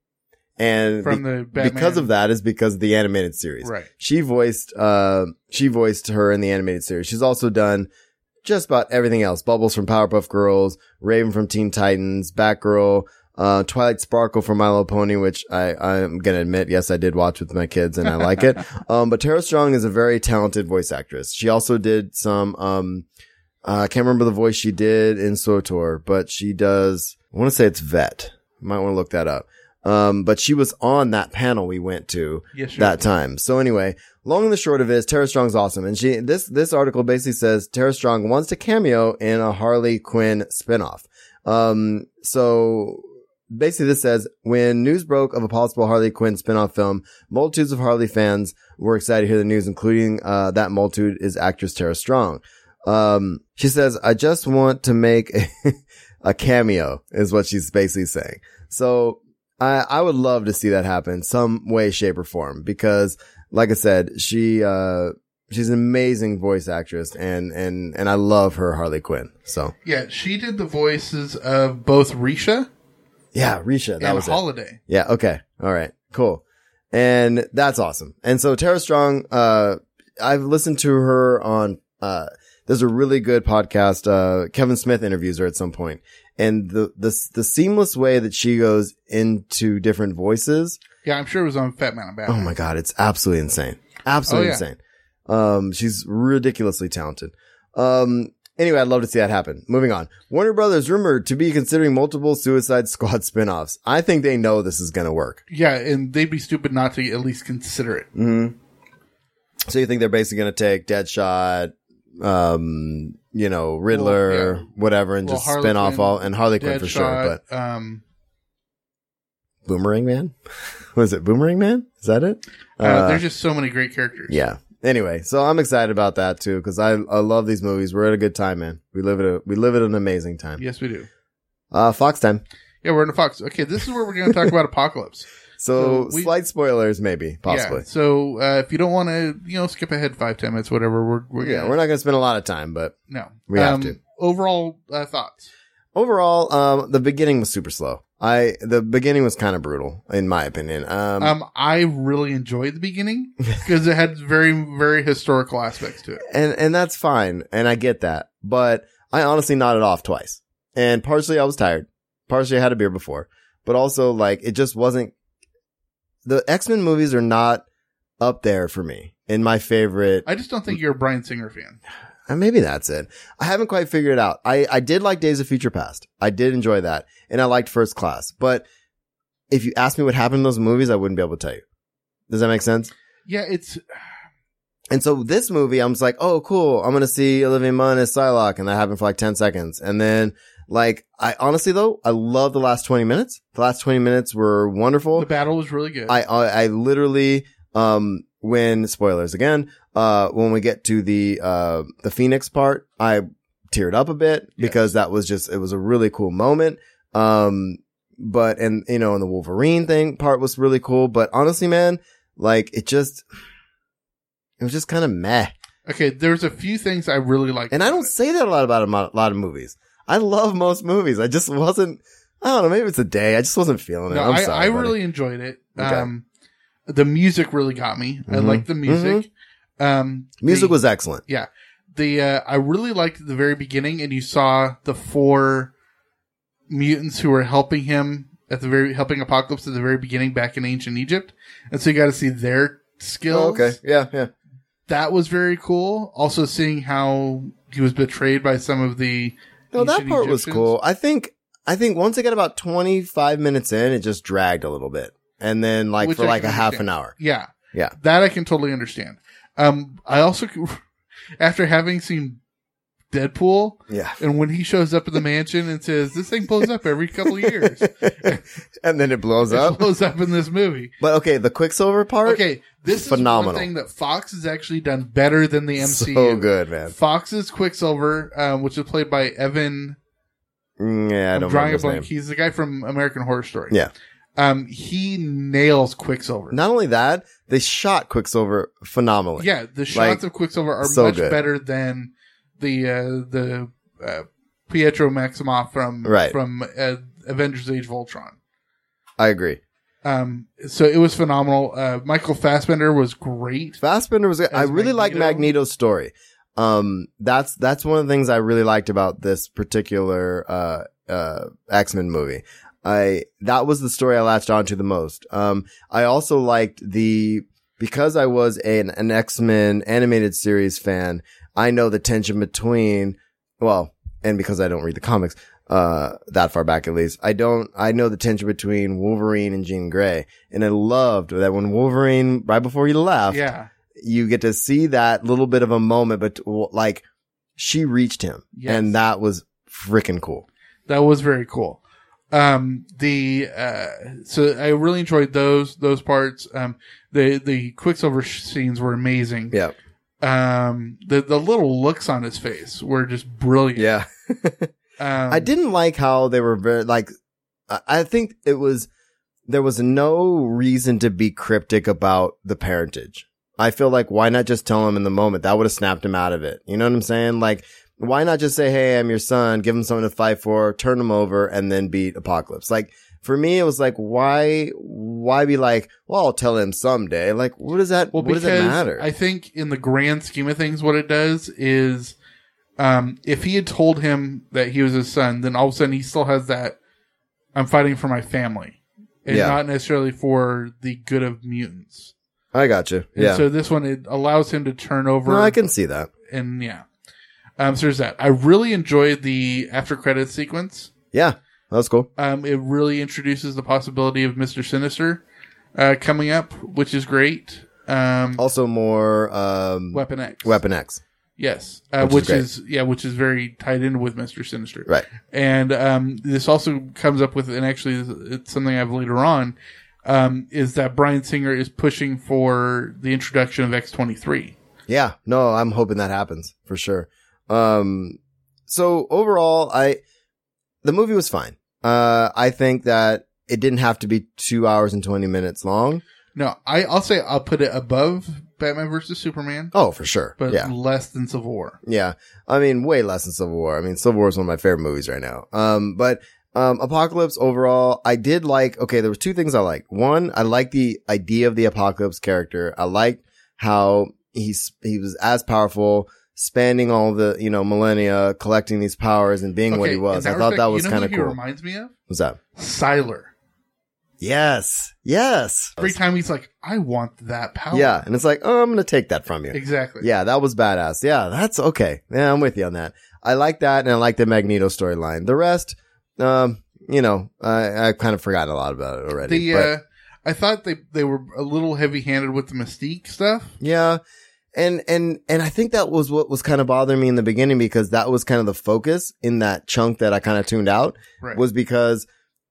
and From be- the Batman- because of that is because of the animated series. Right. She voiced uh she voiced her in the animated series. She's also done just about everything else. Bubbles from Powerpuff Girls, Raven from Teen Titans, Batgirl, Uh, Twilight Sparkle for My Little Pony, which I, I'm gonna admit, yes, I did watch with my kids and I like it. Um, but Tara Strong is a very talented voice actress. She also did some, um, uh, I can't remember the voice she did in Sotor, but she does, I want to say it's Vet. Might want to look that up. Um, but she was on that panel we went to Yes, she that time. So anyway, long and the short of it is Tara Strong's awesome. And she, this, this article basically says Tara Strong wants to cameo in a Harley Quinn spinoff. Um, so basically this says when news broke of a possible Harley Quinn spinoff film, multitudes of Harley fans were excited to hear the news, including, uh, that multitude is actress Tara Strong. Um, she says, I just want to make (laughs) a, a cameo is what she's basically saying. So I, I would love to see that happen some way, shape or form because like I said, she, uh, she's an amazing voice actress and, and, and I love her Harley Quinn. So Yeah, she did the voices of both Risha yeah, Risha, that and was it. Holiday. Yeah. Okay. All right. Cool. And that's awesome. And so Tara Strong, uh, I've listened to her on, uh, there's a really good podcast. Uh, Kevin Smith interviews her at some point and the, the, the seamless way that she goes into different voices. Yeah, I'm sure it was on Fat Man and Bad. Oh my God. It's absolutely insane. Absolutely Oh, yeah. insane. Um, she's ridiculously talented. Um, anyway, I'd love to see that happen. Moving on. Warner Brothers rumored to be considering multiple Suicide Squad (laughs) spinoffs. I think they know this is going to work. Yeah, and they'd be stupid not to at least consider it. So you think they're basically going to take Deadshot, um, you know, Riddler, Well, yeah. whatever, and Well, just Harley spin off Quinn, all and Harley Quinn for sure. Deadshot, But um, Boomerang Man, (laughs) was it Boomerang Man? Is that it? uh, there's just so many great characters. yeah. Anyway, so I'm excited about that too because I I love these movies. We're at a good time, man. We live at a we live at an amazing time. Yes, we do. Uh, Fox time. Yeah, we're in a Fox. Okay, this is where we're going to talk about Apocalypse. So, So we- slight spoilers, maybe (laughs) possibly. Yeah, so uh, if you don't want to, you know, skip ahead five, ten minutes, whatever, we're we're Yeah, gonna, we're not going to spend a lot of time, but no. Um, we have to. Overall uh, thoughts. overall, um, the beginning was super slow. I the beginning was kind of brutal, in my opinion. Um, Um, I really enjoyed (laughs) the beginning because it had very very historical aspects to it. and and that's fine, and I get that. But I honestly nodded off twice, and partially I was tired, partially I had a beer before, but also like it just wasn't. The X Men movies are not up there for me in my favorite. I just don't think you're a Brian Singer fan. Uh, maybe that's it. I haven't quite figured it out. I, I did like Days of Future Past. I did enjoy that. And I liked First Class. But if you asked me what happened in those movies, I wouldn't be able to tell you. Does that make sense? Yeah, it's And so this movie, I'm just like, oh, cool. I'm going to see Olivia Munn as Psylocke. And that happened for like 10 seconds. And then like, I honestly though, I love the last 20 minutes. The last 20 minutes were wonderful. the battle was really good. I, I I literally um when spoilers again uh when we get to the uh the Phoenix part I teared up a bit because that was just it was a really cool moment um but and you know and the Wolverine thing part was really cool but honestly man like it just it was just kind of meh okay, there's a few things I really liked, and I about don't it. say that a lot about a mo- lot of movies I love most movies I just wasn't I don't know maybe it's a day I just wasn't feeling it No, I'm I, sorry I buddy. really enjoyed it. Okay. Um, the music really got me. I Mhm. liked the music. Um, Mm-hmm. music the- was excellent yeah. The uh, I really liked the very beginning, and you saw the four mutants who were helping him at the very helping Apocalypse at the very beginning back in ancient Egypt, and so you got to see their skills. oh, okay yeah yeah that was very cool. Also, seeing how he was betrayed by some of the No, that ancient part was Egyptians. cool. I think I think once it got about twenty five minutes in, it just dragged a little bit, and then like Which for I like a can half an understand. hour. Yeah. Yeah. That I can totally understand. Um, I also, (laughs) after having seen Deadpool, Yeah, and when he shows up at the mansion and says, this thing blows up every couple of (laughs) years, it and then it blows (laughs) up. blows up in this movie. But okay, the Quicksilver part. Okay. This is Phenomenal. one thing that Fox has actually done better than the MCU. so good, man. Fox's Quicksilver, um, which is played by Evan. Mm, Yeah, I I'm don't remember drawing a his name. blank. He's the guy from American Horror Story. Yeah. Um, he nails Quicksilver. Not only that, they shot Quicksilver phenomenally. Yeah, the like, shots of Quicksilver are so much good. better than the uh, the uh, Pietro Maximoff from Right. from uh, Avengers: Age of Ultron. I agree. Um, so it was phenomenal. Uh, Michael Fassbender was great. Fassbender was. I As really like Magneto. Magneto's story. Um, that's that's one of the things I really liked about this particular uh uh X Men movie. I that was the story I latched onto the most. Um, I also liked the because I was an, an X Men animated series fan. I know the tension between well, and because I don't read the comics uh that far back at least i don't i know the tension between wolverine and jean gray and i loved that when wolverine right before he left Yeah. you get to see that little bit of a moment, but like she reached him Yes. and that was freaking cool. That was very cool. Um, the uh, so I really enjoyed those those parts. Um, the the Quicksilver sh- scenes were amazing. Yeah. Um, the the little looks on his face were just brilliant. Yeah. (laughs) Um, I didn't like how they were very like, I I think it was, there was no reason to be cryptic about the parentage. I feel like why not just tell him in the moment? That would have snapped him out of it. You know what I'm saying? Like, why not just say, Hey, I'm your son, give him something to fight for, turn him over and then beat apocalypse. Like for me, it was like, why, why be like, well, I'll tell him someday. Like, what does that, Well, what does because it matter? I think in the grand scheme of things, what it does is, um, if he had told him that he was his son, then all of a sudden he still has that. I'm fighting for my family, and Yeah. not necessarily for the good of mutants. I got you. And Yeah. so this one it allows him to turn over. no, I can see that. and yeah. Um, so there's that. I really enjoyed the after credit sequence. Yeah. That was cool. Um, it really introduces the possibility of Mister Sinister uh, coming up, which is great. Um, Also more, um, Weapon X. Weapon X. Yes, uh, Which which, is great. is, yeah, which is very tied in with Mister Sinister. Right. And um, this also comes up with, and actually, it's something I have later on, um, is that Brian Singer is pushing for the introduction of X twenty three. Yeah. No, I'm hoping that happens for sure. Um, so overall, I, the movie was fine. Uh, I think that it didn't have to be two hours and 20 minutes long. No, I, I'll say I'll put it above Batman versus Superman, Oh, for sure. but yeah. less than Civil War. Yeah. I mean, way less than Civil War. I mean, Civil War is one of my favorite movies right now. Um, but, um, Apocalypse overall, I did like, okay, there were two things I liked. One, I liked the idea of the Apocalypse character. I liked how he's, he was as powerful, spanning all the, you know, millennia, collecting these powers and being what he Okay, was. in I thought that respect, was you know kind of who cool. He reminds me of What's that? Siler. Yes. Yes. Every time he's like, "I want that power." Yeah. And it's like, oh, I'm going to take that from you. exactly. Yeah, that was badass. Yeah, that's okay. Yeah, I'm with you on that. I like that, and I like the Magneto storyline. The rest, um, you know, I, I kind of forgot a lot about it already. The but- uh, I thought they they were a little heavy handed with the Mystique stuff. yeah, and and and I think that was what was kind of bothering me in the beginning because that was kind of the focus in that chunk that I kind of tuned out Right. was because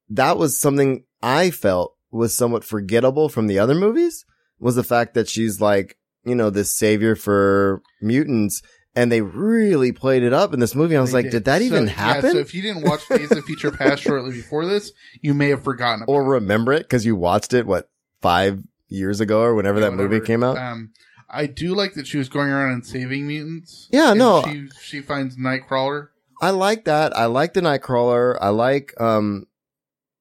that was something I felt was somewhat forgettable from the other movies was the fact that she's like, you know, this savior for mutants and they really played it up in this movie. I was They like, did, that So, even yeah, happen? so if you didn't watch Days of Future (laughs) Past shortly before this, you may have forgotten. About or it. remember it because you watched it, what, five years ago or whenever that Whatever. movie came out? Um, I do like that she was going around and saving mutants. Yeah, And no. She she finds Nightcrawler. I like that. I like the Nightcrawler. I like um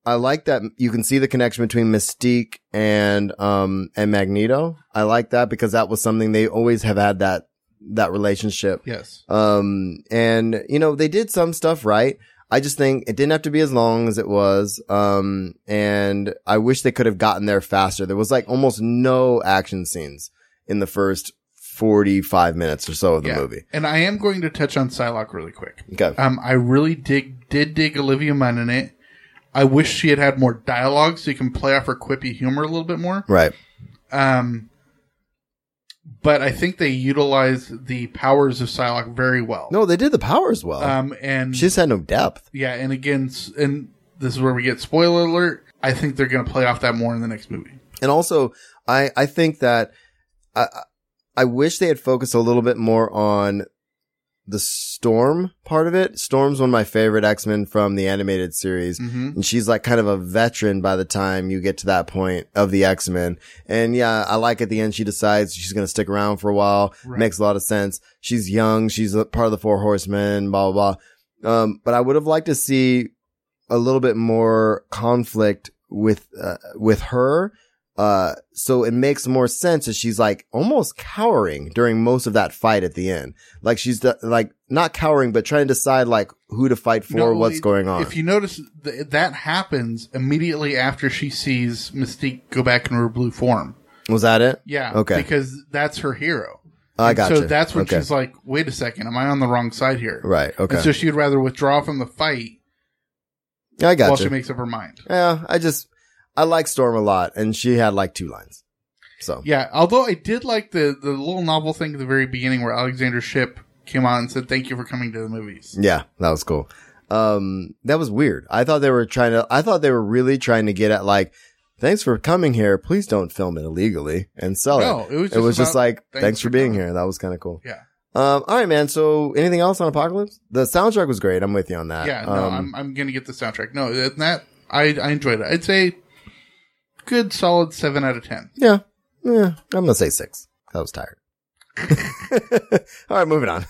I like that you can see the connection between Mystique and um and Magneto. I like that because that was something they always have had that that relationship. Yes. Um and you know, they did some stuff right. I just think it didn't have to be as long as it was. Um and I wish they could have gotten there faster. There was like almost no action scenes in the first 45 minutes or so of the Yeah. movie. And I am going to touch on Psylocke really quick. Okay. Um, I really dig did dig Olivia Munn in it. I wish she had had more dialogue so you can play off her quippy humor a little bit more. right. Um, but I think they utilized the powers of Psylocke very well. No, they did the powers well. Um, and She just had no depth. yeah, and again, s- and this is where we get spoiler alert. I think they're going to play off that more in the next movie. And also, I, I think that I, I- I wish they had focused a little bit more on the Storm part of it. Storm's one of my favorite X-Men from the animated series. Mm-hmm. And she's like kind of a veteran by the time you get to that point of the X-Men. And yeah, I like at the end, she decides she's going to stick around for a while. Right. Makes a lot of sense. She's young. She's a part of the four horsemen, blah, blah, blah. Um, but I would have liked to see a little bit more conflict with, uh, with her Uh, so it makes more sense as she's like almost cowering during most of that fight at the end. Like she's the, like not cowering, but trying to decide like who to fight for, No, well, what's it- going on. If you notice, th- that happens immediately after she sees Mystique go back into her blue form. Was that it? Yeah. Okay. Because that's her hero. I And got So you. that's when Okay. she's like, wait a second, am I on the wrong side here? Right, okay. And so she'd rather withdraw from the fight I got while you. she makes up her mind. yeah, I just I like Storm a lot, and she had like two lines. So Yeah. Although I did like the, the little novel thing at the very beginning where Alexander Ship came on and said, thank you for coming to the movies. Yeah, that was cool. Um, that was weird. I thought they were trying to, I thought they were really trying to get at like, thanks for coming here. Please don't film it illegally and sell No, it. it was it was just just about, like, "Thanks thanks, for for being coming." here. That was kind of cool. Yeah. Um, all right, man. So anything else on Apocalypse? The soundtrack was great. I'm with you on that. Yeah. No, um, I'm, I'm going to get the soundtrack. No, that, that I, I enjoyed it. I'd say good, solid 7 out of 10. yeah, yeah, I'm going to say six. I was tired. (laughs) all right, moving on.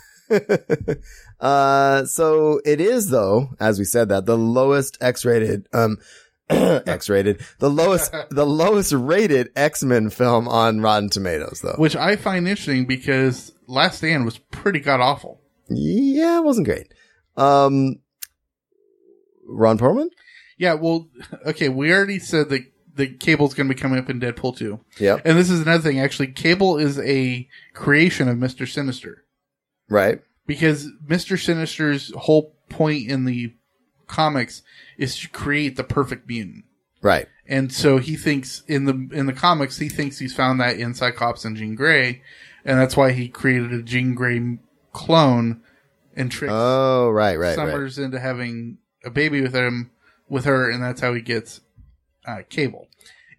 (laughs) uh, so it is though, as we said that the lowest X rated, um, (clears throat) X rated, the lowest, (laughs) the lowest rated X Men film on Rotten Tomatoes though. Which I find interesting because Last Stand was pretty god awful. Yeah, it wasn't great. Um, Ron Perlman? Yeah, well, okay, we already said that the Cable's going to be coming up in Deadpool 2. Yep. And this is another thing, actually. Cable is a creation of Mr. Sinister Right. because Mr. Sinister's whole point in the comics is to create the perfect mutant. Right. And so he thinks in the in the comics he thinks he's found that in Cyclops and Jean Grey, and that's why he created a Jean Grey clone and tricked Oh, right, right, right. Summers into having a baby with him, with her, and that's how he gets uh, Cable.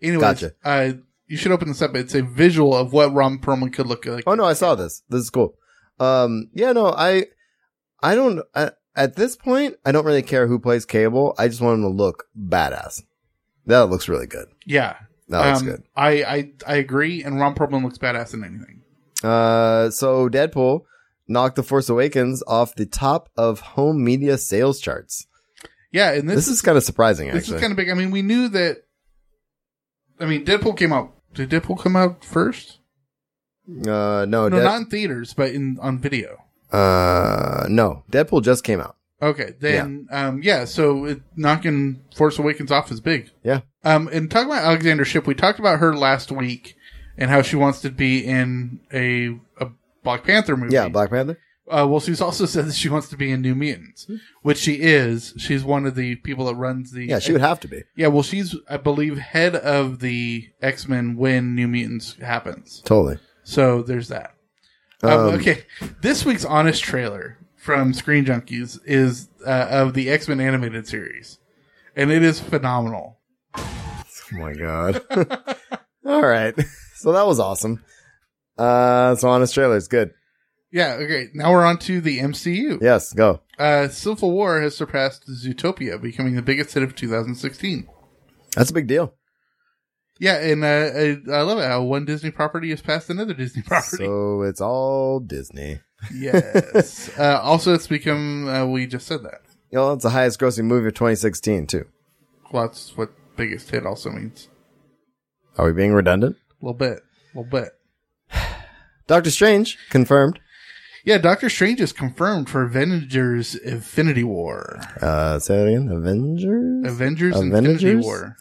Anyways, Gotcha. uh, you should open this up. It's a visual of what Ron Perlman could look like. Oh no, I saw this. This is cool. Um, yeah, no, I, I don't. I, at this point, I don't really care who plays Cable. I just want him to look badass. That looks really good. yeah, Um, That looks good. I, I I agree, and Ron Perlman looks badass in anything. Uh, so Deadpool knocked The Force Awakens off the top of home media sales charts. Yeah, and This, this, is kind of surprising, this actually. is kind of big. I mean, we knew that. I mean, Deadpool came out. Did Deadpool come out first? uh, no, No, Dead- not in theaters, but in on video. uh, no, Deadpool just came out. Okay, then um, yeah. So it, knocking Force Awakens off is big. Yeah, Um, and talking about Alexander Ship, we talked about her last week and how she wants to be in a, a Black Panther movie. yeah, Black Panther. uh, well, she's also (laughs) said that she wants to be in New Mutants, which she is. She's one of the people that runs the. Yeah, she would have to be Yeah, well, she's I believe head of the X Men when New Mutants happens. totally. So there's that. Um, okay, this week's honest trailer from Screen Junkies is uh, of the X Men animated series, and it is phenomenal. Oh my god. (laughs) All right. (laughs) So that was awesome. Uh, so honest trailers, good. Yeah, okay. Now we're on to the MCU. Yes, go. Uh, Civil War has surpassed Zootopia, becoming the biggest hit of 2016. That's a big deal. Yeah, and uh, I, I love it how one Disney property has passed another Disney property. (laughs) So it's all Disney. yes. uh, also, it's become, uh, we just said that. You know, it's the highest grossing movie of 2016 too. Well, that's what biggest hit also means. Are we being redundant? A little bit. A little bit. Doctor Strange confirmed. Yeah, Doctor Strange is confirmed for Avengers Infinity War. Uh, say that again. Avengers. (laughs) Avengers, Infinity Avengers? War.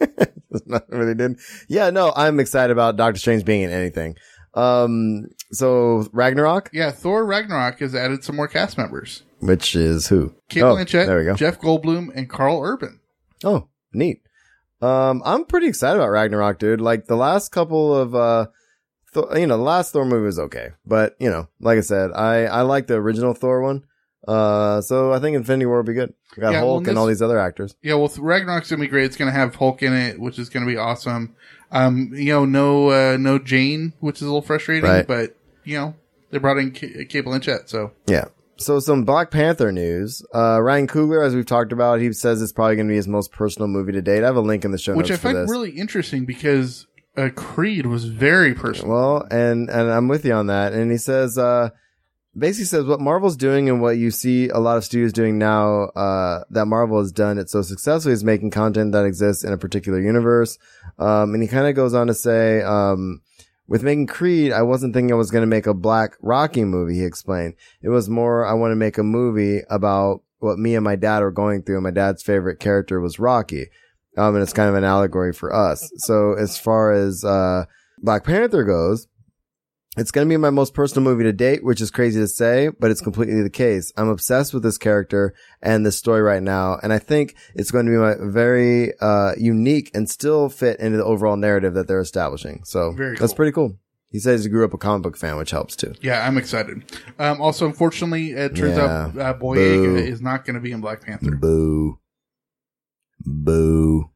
That's not really did. Yeah, no, I'm excited about Doctor Strange being in anything. Um, so Ragnarok, Yeah, Thor Ragnarok has added some more cast members. which is who? Kate oh, Blanchett, There we go. Jeff Goldblum, and Carl Urban. Oh, neat. Um, I'm pretty excited about Ragnarok, dude. Like the last couple of, uh, Thor, you know, the last Thor movie was okay, but you know, like I said, I, I like the original Thor one. Uh, so I think Infinity War will be good. We got Yeah, well, Hulk and all this- these other actors. Yeah, well, Ragnarok's gonna be great. It's gonna have Hulk in it, which is gonna be awesome. Um, you know, no, uh, no Jane, which is a little frustrating, Right. but you know, they brought in Ca- Kate Blanchett, so Yeah. So some Black Panther news. Uh, Ryan Coogler, as we've talked about, he says it's probably going to be his most personal movie to date. I have a link in the show which I notes for find this. really interesting because uh, Creed was very personal. Well, and and I'm with you on that. And he says uh basically says what Marvel's doing and what you see a lot of studios doing now uh, that Marvel has done it so successfully is making content that exists in a particular universe. Um, and he kind of goes on to say, um, with making Creed, I wasn't thinking I was going to make a black Rocky movie, he explained. It was more, I want to make a movie about what me and my dad were going through. And my dad's favorite character was Rocky. Um, and it's kind of an allegory for us. So as far as, uh, Black Panther goes, it's going to be my most personal movie to date, which is crazy to say, but it's completely the case. I'm obsessed with this character and this story right now. And I think it's going to be my very, uh, unique and still fit into the overall narrative that they're establishing. So Very that's cool. pretty cool. He says he grew up a comic book fan, which helps too. Yeah, I'm excited. Um, also, unfortunately, it turns out Yeah. uh, Boyega Boo. is not going to be in Black Panther. Boo. Boo.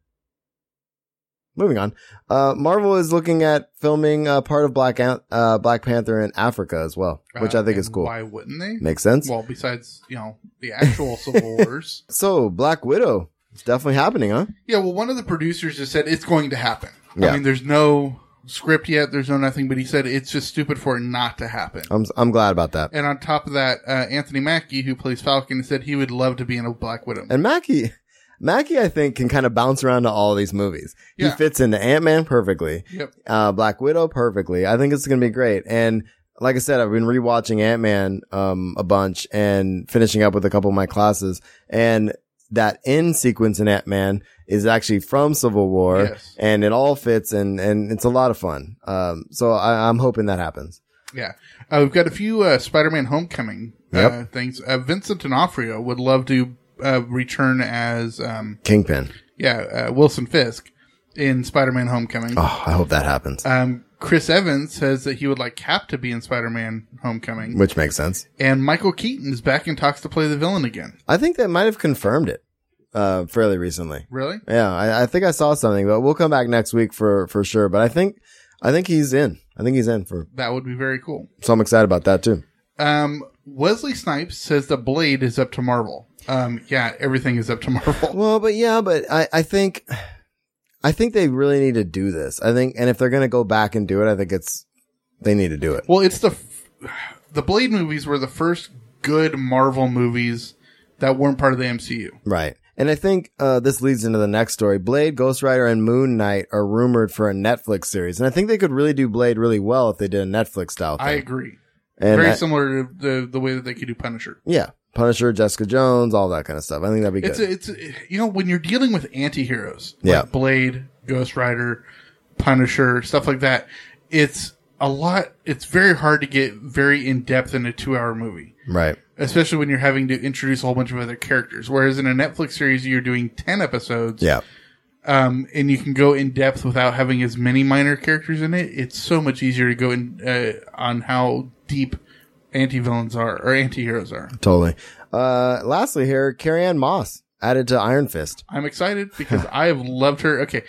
Moving on. Uh, Marvel is looking at filming uh, part of Black An- uh, Black Panther in Africa as well, which Uh, I think and is cool. Why wouldn't they? Makes sense. Well, besides you know the actual (laughs) Civil Wars. so Black Widow, it's definitely happening, huh? Yeah, well, one of the producers just said it's going to happen. I Yeah. mean, there's no script yet. There's no nothing, but he said it's just stupid for it not to happen. I'm I'm glad about that. And on top of that, uh, Anthony Mackie, who plays Falcon, said he would love to be in a Black Widow. And Mackie, Mackie, I think can kind of bounce around to all these movies. Yeah. He fits into Ant Man perfectly. Yep. uh, Black Widow perfectly. I think it's going to be great. And like I said, I've been rewatching Ant Man um, a bunch and finishing up with a couple of my classes. And that end sequence in Ant Man is actually from Civil War, Yes. and it all fits, and and it's a lot of fun. Um, so I, I'm hoping that happens. Yeah. Uh, we've got a few uh, Spider Man Homecoming uh, Yep. things. Uh, Vincent D'Onofrio would love to uh, return as, um, Kingpin. yeah, uh, Wilson Fisk in Spider Man Homecoming. Oh, I hope that happens, Um, Chris Evans says that he would like Cap to be in Spider Man Homecoming. which makes sense. And Michael Keaton is back in talks to play the villain again. I think they might have confirmed it uh, fairly recently. Really? Yeah, I, I think I saw something, but we'll come back next week for for sure. But I think I think he's in. I think he's in for. That would be very cool. So I'm excited about that too. Um, Wesley Snipes says the Blade is up to Marvel. Um, yeah, everything is up to Marvel. Well, but yeah, but I I think I think they really need to do this. I think, and if they're gonna go back and do it, I think it's they need to do it. Well, it's the f- the Blade movies were the first good Marvel movies that weren't part of the MCU. Right. And I think uh, this leads into the next story. Blade, Ghost Rider, and Moon Knight are rumored for a Netflix series, and I think they could really do Blade really well if they did a Netflix style thing. I agree. and Very I- similar to the the way that they could do Punisher. yeah, Punisher, Jessica Jones, all that kind of stuff. I think that'd be good. It's a, it's a, you know when you're dealing with anti-heroes like Yeah. Blade, Ghost Rider, Punisher, stuff like that. It's a lot. It's very hard to get very in depth in a two-hour movie. right. especially when you're having to introduce a whole bunch of other characters. Whereas in a Netflix series, you're doing 10 episodes Yeah. um, and you can go in depth without having as many minor characters in it. It's so much easier to go in uh, on how deep anti villains are or anti heroes are. Totally. Uh, lastly, here, Carrie Ann Moss added to Iron Fist. I'm excited (laughs) because I have loved her. Okay.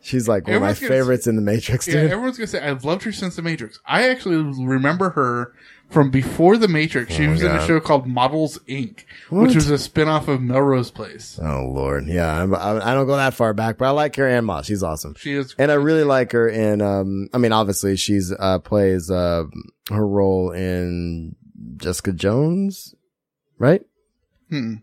She's like one of my Everyone's gonna- favorites in the Matrix, Yeah, dude. everyone's going to say, I've loved her since The Matrix. I actually remember her from before The Matrix. Oh She was in a show called Models Inc., which was a spin off of Melrose Place. oh Lord, yeah. I'm, I, I don't go that far back, but I like Carrie Ann Moss. She's awesome. She is and I really like her in. Um, I mean, obviously, she's uh plays uh her role in Jessica Jones, right? Hmm.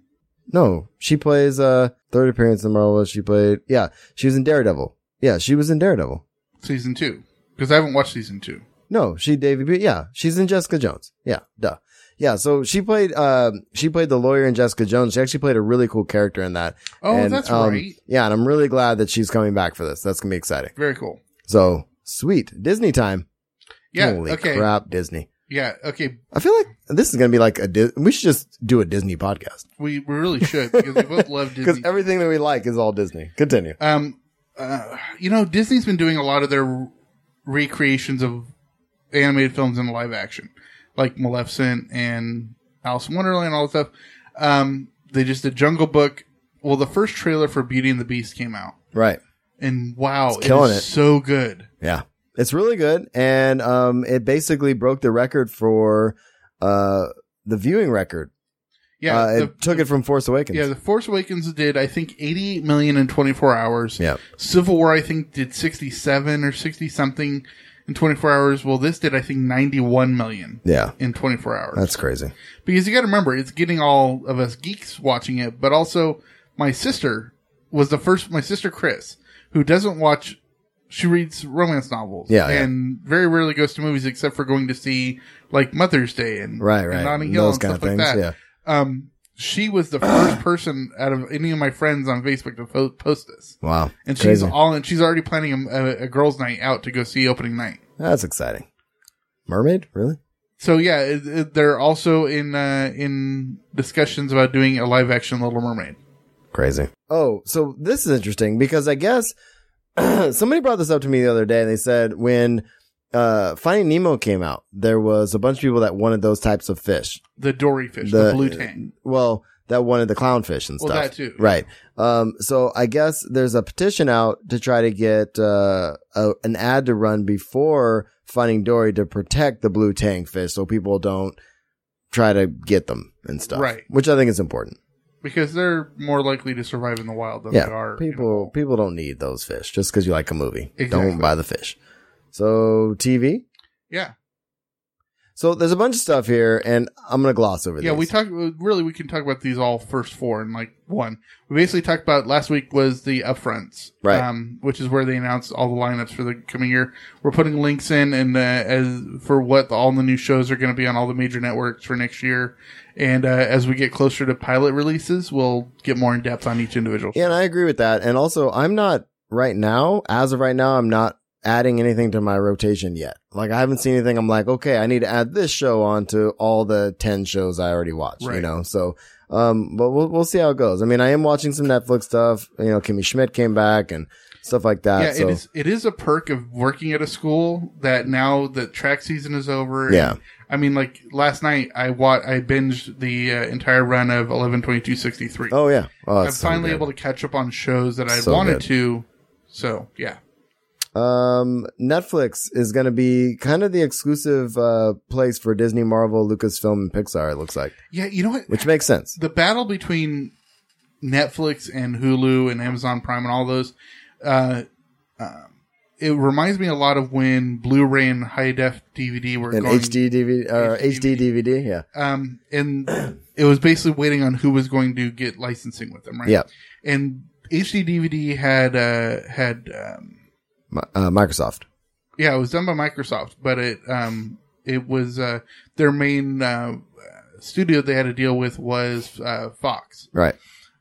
No, she plays uh third appearance in Marvel. She played, yeah, she was in Daredevil. Yeah, she was in Daredevil. season two because I haven't watched season two. No, she Davy. Be- yeah, she's in Jessica Jones. Yeah, duh. Yeah, so she played. Uh, she played the lawyer in Jessica Jones. She actually played a really cool character in that. Oh, And, that's um, right. Yeah, and I'm really glad that she's coming back for this. That's gonna be exciting. Very cool. So sweet Disney time. Yeah. Holy okay. crap, Disney. Yeah. Okay. I feel like this is gonna be like a. Di- we should just do a Disney podcast We, we really should because we (laughs) both love because Disney. everything that we like is all Disney. Continue. um, uh, you know, Disney's been doing a lot of their recreations of animated films in live action, like Maleficent and Alice in Wonderland, all that stuff. Um, they just did Jungle Book. Well, the first trailer for Beauty and the Beast came out, Right. and wow, it's killing it. so good. Yeah. It's really good. And, um, it basically broke the record for, uh, the viewing record. Yeah, uh, the- it took it from Force Awakens. Yeah, The Force Awakens did I think 88 million in 24 hours. Yep. Civil War I think did 67 or 60 something in 24 hours. Well, this did, I think, 91 million Yeah. in 24 hours. That's crazy. because you got to remember, it's getting all of us geeks watching it, but also my sister was the first, my sister Chris, who doesn't watch, she reads romance novels. Yeah, yeah. And very rarely goes to movies except for going to see like Mother's Day and, Right, and right. Notting Hill Those and kind stuff of like things, that. Um, she was (clears throat) the first person out of any of my friends on Facebook to po- post this. Wow. And she's crazy. all in. She's already planning a, a, a girls' night out to go see opening night. That's exciting. Mermaid? Really? So yeah, it, it- they're also in uh, in discussions about doing a live action Little Mermaid. Crazy. Oh, so this is interesting because I guess (clears throat) somebody brought this up to me the other day. They said when uh Finding Nemo came out, there was a bunch of people that wanted those types of fish. The dory fish, the, The- blue tang. Well, that wanted the clownfish and Well, stuff. that too. Right. Um so I guess there's a petition out to try to get uh a, an ad to run before Finding Dory to protect the blue tang fish so people don't try to get them and stuff. Right. Which I think is important. Because they're more likely to survive in the wild than they are. in- People people don't need those fish just because you like a movie. Exactly. Don't buy the fish. So TV. yeah, So there's a bunch of stuff here, and I'm gonna gloss over. yeah. these. We talked. Really, we can talk about these all first four in like one. We basically talked about last week was the upfronts, Right. Um, which is where they announced all the lineups for the coming year. We're putting links in and uh, as for what all the new shows are going to be on all the major networks for next year. And uh, as we get closer to pilot releases, we'll get more in depth on each individual. Yeah, and I agree with that. And also, I'm not right now. As of right now, I'm not adding anything to my rotation yet. Like I haven't seen anything. I'm like, okay, I need to add this show on to all the ten shows I already watched. You Right. know, so. Um, but we'll we'll see how it goes. I mean, I am watching some Netflix stuff. You know, Kimmy Schmidt came back and stuff like that. yeah, so it is. It is a perk of working at a school that now that track season is over. and- Yeah. I mean, like last night, I wa- I binged the uh, entire run of eleven twenty two sixty three. oh yeah, oh, I'm it's so finally good. able to catch up on shows that I So wanted good. to. So yeah, Um, Netflix is going to be kind of the exclusive uh, place for Disney, Marvel, Lucasfilm, and Pixar. It looks like, yeah. You know what? which makes sense. the battle between Netflix and Hulu and Amazon Prime and all those, uh, um, it reminds me a lot of when Blu-ray and high def DVD were And going HD DVD or HD DVD, yeah, um, and it was basically waiting on who was going to get licensing with them, right? Yeah. And HD DVD had uh, had um, Mi- uh, Microsoft. yeah, it was done by Microsoft, but it um, it was uh, their main uh, studio they had to deal with was uh, Fox. Right,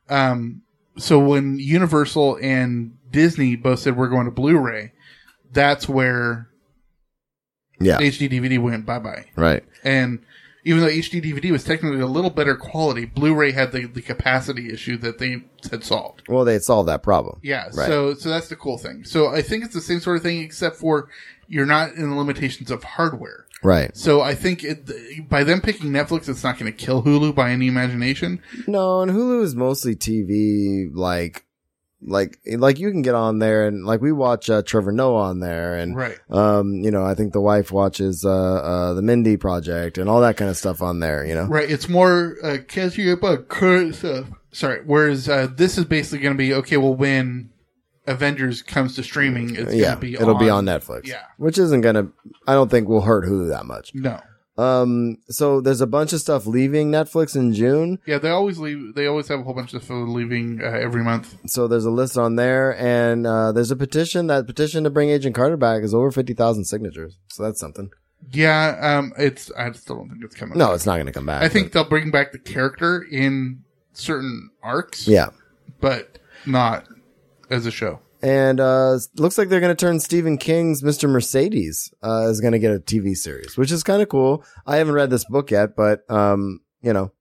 Um, so when Universal and Disney both said we're going to Blu-ray, that's where yeah, HD DVD went bye bye. right, and even though HD DVD was technically a little better quality, Blu-ray had the, the capacity issue that they had solved. Well, they solved that problem. Yeah, Right. so so that's the cool thing. So I think it's the same sort of thing, except for you're not in the limitations of hardware. right. So I think it, by them picking Netflix, it's not going to kill Hulu by any imagination. No, and Hulu is mostly TV, like, like, like you can get on there and like we watch uh, Trevor Noah on there, and Right. um, you know, I think the wife watches uh, uh the Mindy Project and all that kind of stuff on there. You know, Right, it's more uh, catch you up on current stuff. Sorry. Whereas uh, this is basically going to be okay. Well, when Avengers comes to streaming, it's yeah, going to be it'll be on Netflix. Yeah. which isn't gonna. I don't think will hurt Hulu that much. No, Um, so there's a bunch of stuff leaving Netflix in June. Yeah, they always leave. They always have a whole bunch of stuff leaving uh, every month. So there's a list on there, and uh, there's a petition. That petition to bring Agent Carter back is over fifty thousand signatures. So that's something. Yeah, um, it's. I still don't think it's coming. No, back. it's not gonna come back. I think they'll bring back the character in certain arcs. but- yeah. but not as a show. And uh looks like they're going to turn Stephen King's Mr. Mercedes uh is going to get a TV series, which is kind of cool. I haven't read this book yet, but um, you know,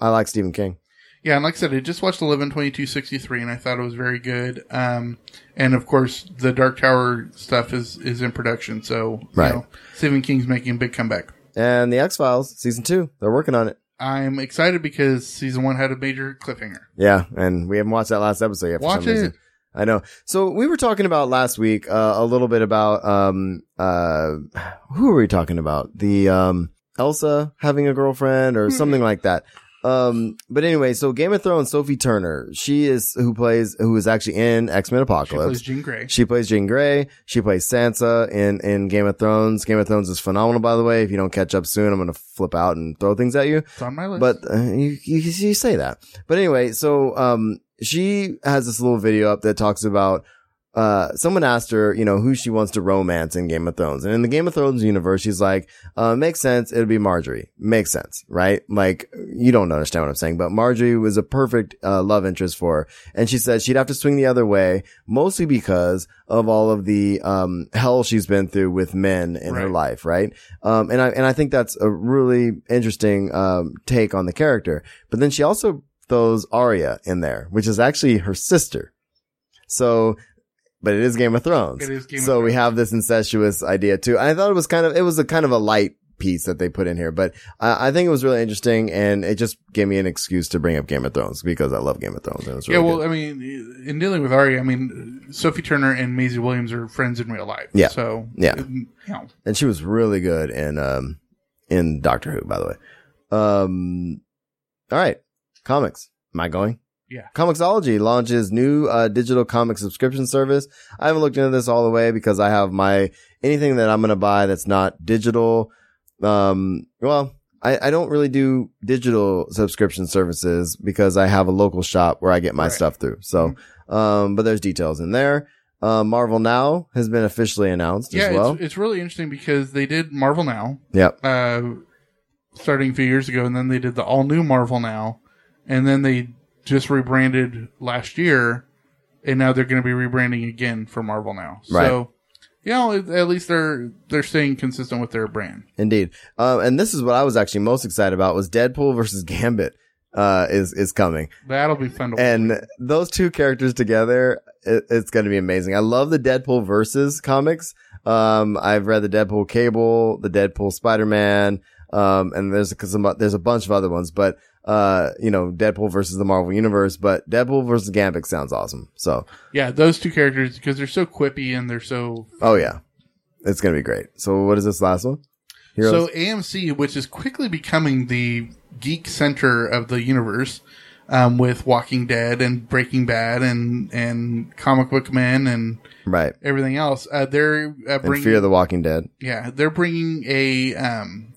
I like Stephen King. Yeah, and like I said, I just watched eleven twenty two sixty three, and I thought it was very good. Um, and of course, the Dark Tower stuff is is in production, so Right. Stephen King's making a big comeback. And the X-Files season 2, they're working on it. I'm excited because season one had a major cliffhanger. Yeah, and we haven't watched that last episode yet. For Watch some reason. it. I know. So we were talking about last week uh, a little bit about um uh Hmm. who were we talking about? The um Elsa having a girlfriend or something like that. Um, but anyway, so Game of Thrones, Sophie Turner, she is who plays, who is actually in X Men She plays Apocalypse. Jean Grey. She plays Jean Grey. She plays Sansa in, in Game of Thrones. Game of Thrones is phenomenal, by the way. If you don't catch up soon, I'm going to flip out and throw things at you. It's on my list. But uh, you, you, you say that. But anyway, so um, she has this little video up that talks about uh, someone asked her, you know, who she wants to romance in Game of Thrones. And in the Game of Thrones universe, she's like, uh, makes sense. It'll be Marjorie. Makes sense, right? Like, you don't understand what I'm saying, but Marjorie was a perfect uh, love interest for her. And she said she'd have to swing the other way, mostly because of all of the um, hell she's been through with men in her Right. life, right? Um, and I and I think that's a really interesting um, take on the character. But then she also throws Arya in there, which is actually her sister. So, but it is Game of Thrones. It is Game of so we Thrones. have this incestuous idea too. And I thought it was kind of it was a kind of a light piece that they put in here, but I, I think it was really interesting, and it just gave me an excuse to bring up Game of Thrones because I love Game of Thrones. And it's really yeah, well, good. I mean, in dealing with Arya, I mean, Sophie Turner and Maisie Williams are friends in real life. Yeah. So, Yeah. you know, and she was really good in um in Doctor Who, by the way. Um, all right, comics. Am I going? Yeah. Comixology launches new uh, digital comic subscription service. I haven't looked into this all the way because I have my anything that I'm going to buy that's not digital. Um, well, I, I don't really do digital subscription services because I have a local shop where I get my Right. Mm-hmm. stuff through. So, um, but there's details in there. Uh, Marvel Now has been officially announced yeah, as well. it's, it's really interesting because they did Marvel Now, yep. uh, starting a few years ago, and then they did the all new Marvel Now, and then they just rebranded last year, and now they're going to be rebranding again for Marvel Now. Right. So, you know, at at least they're they're staying consistent with their brand. Indeed. Uh, and this is what I was actually most excited about was Deadpool versus Gambit uh, is is coming, That'll be fun to watch. and those two characters together, it, it's going to be amazing. I love the Deadpool versus comics. Um, I've read the Deadpool Cable, the Deadpool Spider Man, um, and there's cause some, there's a bunch of other ones, but uh, you know, Deadpool versus the Marvel Universe, but Deadpool versus Gambit sounds awesome. So, Yeah, those two characters because they're so quippy and they're so oh yeah, it's going to be great. So, what is this last one? Heroes? So AMC, which is quickly becoming the geek center of the universe, um, with Walking Dead and Breaking Bad and and comic book men and right. everything else, uh, they're uh, And bringing Fear the Walking Dead. yeah they're bringing a um,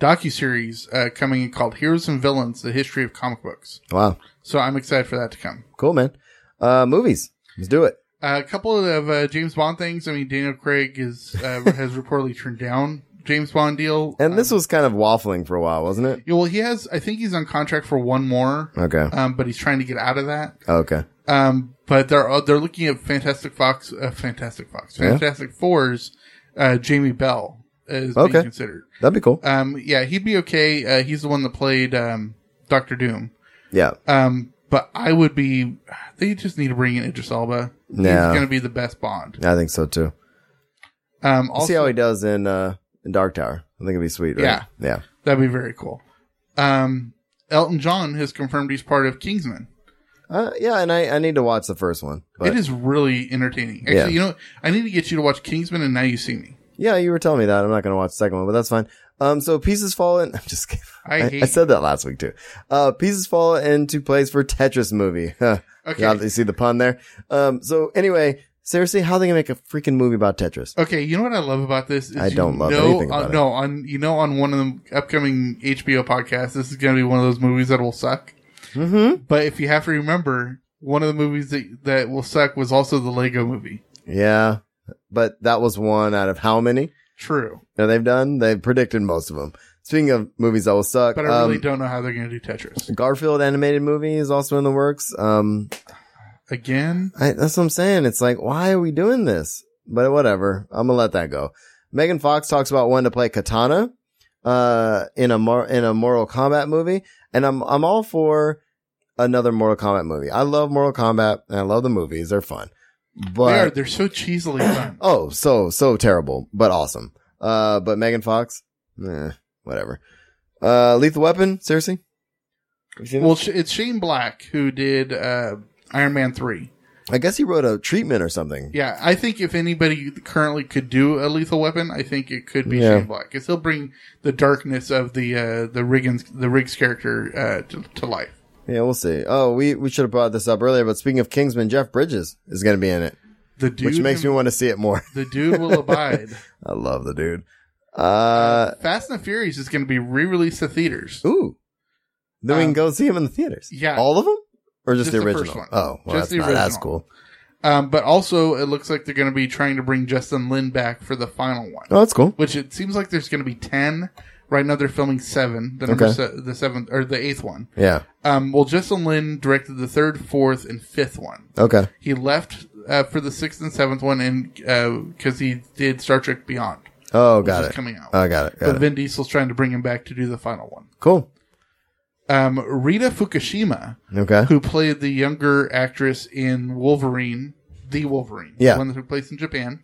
docu series uh, coming in called Heroes and Villains: The History of Comic Books. Wow. So I'm excited for that to come. Cool, man. Uh, movies. Let's do it. a couple of uh, James Bond things. I mean, Daniel Craig is uh, (laughs) has reportedly turned down James Bond deal. And this was kind of waffling for a while, wasn't it? Yeah, well, he has. I think he's on contract for one more, Okay. um, but he's trying to get out of that. Oh, Okay. Um, but they're uh, they're looking at Fantastic Fox, uh, Fantastic Fox, Fantastic Fours. Uh, Jamie Bell is Okay. being considered. That'd be cool. Um, yeah, he'd be okay. Uh, he's the one that played um, Doctor Doom. Yeah. Um, but I would be. They just need to bring in Idris Elba. Yeah. he's going to be the best Bond. I think so too. Um, We'll also, see how he does in, uh, in Dark Tower. I think it'd be sweet, right? Yeah. Yeah. that'd be very cool. Um, Elton John has confirmed he's part of Kingsman. Uh, yeah. And I, I need to watch the first one. But it is really entertaining. Actually, Yeah. you know, I need to get you to watch Kingsman and Now You See Me. yeah, you were telling me that. I'm not going to watch the second one, but that's fine. Um, so Pieces Fall in, (laughs) I'm just kidding. I hate- said that last week too. Uh, Pieces Fall into place for Tetris movie. (laughs) okay. Okay. you see the pun there. Um, so anyway, seriously, how are they going to make a freaking movie about Tetris? Okay, you know what I love about this? Is I you don't love know, anything about uh, it. No, on you know, on one of the upcoming HBO podcasts, this is going to be one of those movies that will suck. Mm-hmm. But if you have to remember, one of the movies that that will suck was also the Lego Movie. Yeah, but that was one out of how many True, that they've done? They've predicted most of them. Speaking of movies that will suck, but I really um, don't know how they're going to do Tetris Garfield animated movie is also in the works. Um, again. I, that's what I'm saying. It's like, why are we doing this? But whatever. I'm gonna let that go. Megan Fox talks about wanting to play Katana, uh, in a mor- in a Mortal Kombat movie, and I'm I'm all for another Mortal Kombat movie. I love Mortal Kombat and I love the movies. They're fun, but they are they're so cheesily done. (coughs) Oh, so so terrible, but awesome. Uh, but Megan Fox, eh, whatever. Uh, Lethal Weapon, seriously. Well, sh- it's Shane Black who did uh, Iron Man three. I guess he wrote a treatment or something. Yeah, I think if anybody currently could do a lethal weapon, I think it could be Yeah. Shane Black because he'll bring the darkness of the uh, the Riggins the Riggs character uh, to, to life. Yeah, we'll see. Oh, we, we should have brought this up earlier, but speaking of Kingsman, Jeff Bridges is going to be in it, The dude, which makes me want to see it more. (laughs) the dude will abide. I love the dude. Uh, Fast and the Furious is going to be re-released to theaters. ooh. Then we Um, can go see him in the theaters. yeah. All of them? Or just, Just the the original? first one. Oh, well, that's, Just the not, that's original. cool. Um, but also, it looks like they're going to be trying to bring Justin Lin back for the final one, Oh, that's cool. which it seems like there's going to be ten. Right now, they're filming seven. The number Okay. se- the seventh or the eighth one. Yeah. Um, well, Justin Lin directed the third, fourth, and fifth one. Okay. He left uh, for the sixth and seventh one, and because he did Star Trek Beyond, Oh, which got is it. coming out. Oh, got it. Got but it. Vin Diesel's trying to bring him back to do the final one. cool. Um, Rita Fukushima, Okay. who played the younger actress in Wolverine, the Wolverine, Yeah. the one that took place in Japan,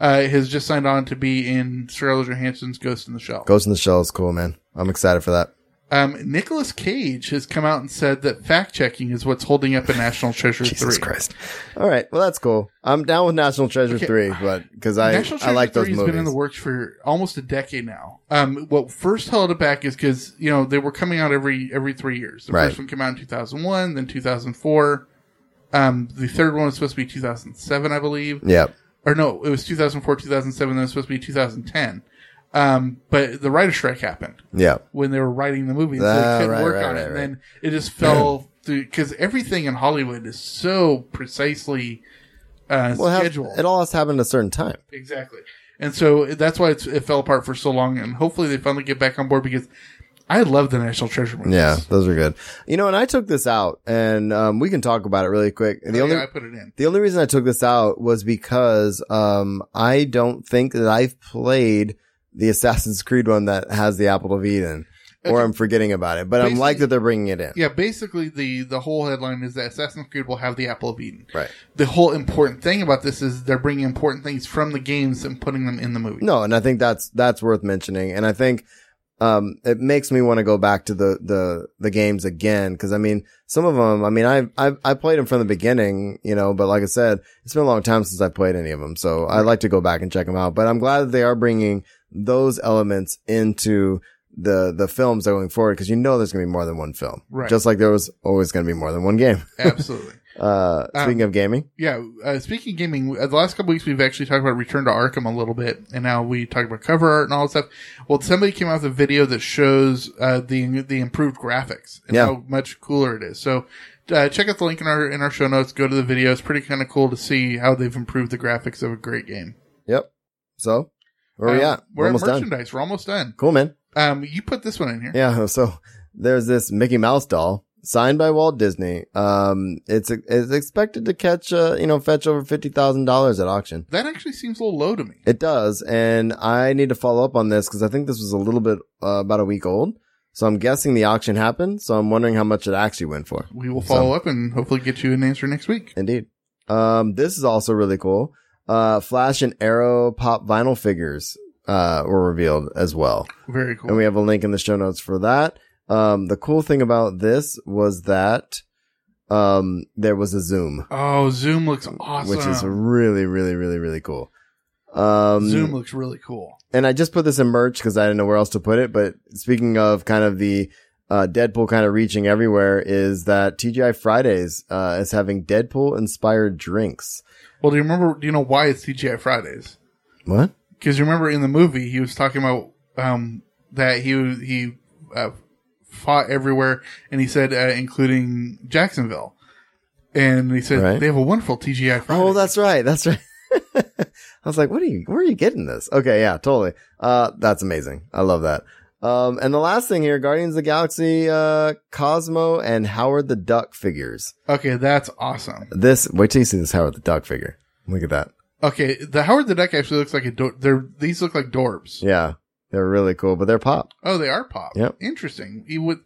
uh, has just signed on to be in Scarlett Johansson's Ghost in the Shell. Ghost in the Shell is cool, man. I'm excited for that. Um, Nicholas Cage has come out and said that fact checking is what's holding up a National Treasure Jesus three. Christ. All right. Well, that's cool. I'm down with National Treasure Okay. 3, but because I, National Treasure I like those 3 has movies. been in the works for almost a decade now. Um, what first held it back is because you know they were coming out every every three years. The Right. first one came out in 2001, then 2004. Um, the third one was supposed to be 2007, I believe, yeah. or no, it was 2004, 2007. Then it was supposed to be 2010. Um, but the writer strike happened Yeah. when they were writing the movie, so Ah, they couldn't right, work right, on right, it. And right. then it just fell through because everything in Hollywood is so precisely uh, Well, it, scheduled. has, it all has to happen at a certain time. Exactly. And so that's why it's, it fell apart for so long. And hopefully they finally get back on board because I love the National Treasure movies. Yeah, those are good. You know, and I took this out, and um, we can talk about it really quick. And the The only only Oh, I put it in. the only reason I took this out was because um, I don't think that I've played the Assassin's Creed one that has the Apple of Eden, or Okay. I'm forgetting about it. But I'm like Basically- that they're bringing it in. Yeah, basically the the whole headline is that Assassin's Creed will have the Apple of Eden. Right. The whole important thing about this is they're bringing important things from the games and putting them in the movie. No, (laughs) and I think that's that's worth mentioning. And I think um it makes me want to go back to the the the games again because I mean some of them I mean I I I played them from the beginning, you know, but like I said, it's been a long time since I played any of them, so I'd like to go back and check them out. But I'm glad that they are bringing those elements into the the films going forward because you know there's going to be more than one film, Right. Just like there was always going to be more than one game. Absolutely. Uh, Um, speaking of gaming, Yeah. Uh, speaking of gaming, uh, the last couple weeks we've actually talked about Return to Arkham a little bit, and now we talk about cover art and all that stuff. Well, somebody came out with a video that shows uh, the the improved graphics and Yeah. how much cooler it is. So uh, check out the link in our in our show notes. Go to the video; it's pretty kind of cool to see how they've improved the graphics of a great game. yep. So where we Um, at? We're, We're almost at done. merchandise. We're almost done. Cool, man. Um, you put this one in here. Yeah. So there's this Mickey Mouse doll signed by Walt Disney. Um, it's, it's expected to catch, uh, you know, fetch over $50,000 at auction. That actually seems a little low to me. It does. And I need to follow up on this because I think this was a little bit, uh, about a week old. So I'm guessing the auction happened. So I'm wondering how much it actually went for. We will follow up and hopefully get you an answer next week. Indeed. Um, this is also really cool. Uh, Flash and Arrow pop vinyl figures, uh, were revealed as well. Very cool. And we have a link in the show notes for that. Um, the cool thing about this was that um, there was a Zoom, oh, Zoom looks awesome. which is really, really, really, really cool. Um, Zoom looks really cool. And I just put this in merch because I didn't know where else to put it. But speaking of kind of the uh, Deadpool kind of reaching everywhere, is that TGI Fridays uh, is having Deadpool inspired drinks. Well, do you remember? Do you know why it's TGI Fridays? What? Because you remember in the movie he was talking about um, that he he uh, fought everywhere, and he said uh, including Jacksonville, and he said Right. they have a wonderful TGI Fridays. Oh, that's right. That's right. (laughs) I was like, what are you, where are you getting this? Okay. Yeah, totally. Uh, that's amazing. I love that. Um, and the last thing here, Guardians of the Galaxy, uh, Cosmo and Howard the Duck figures. okay. That's awesome. This, wait till you see this Howard the Duck figure. Look at that. Okay, the Howard the Duck actually looks like a. Do- they're these look like Dorbs. Yeah. They're really cool, but they're pop. Oh, they are pop. Yep. Interesting. He would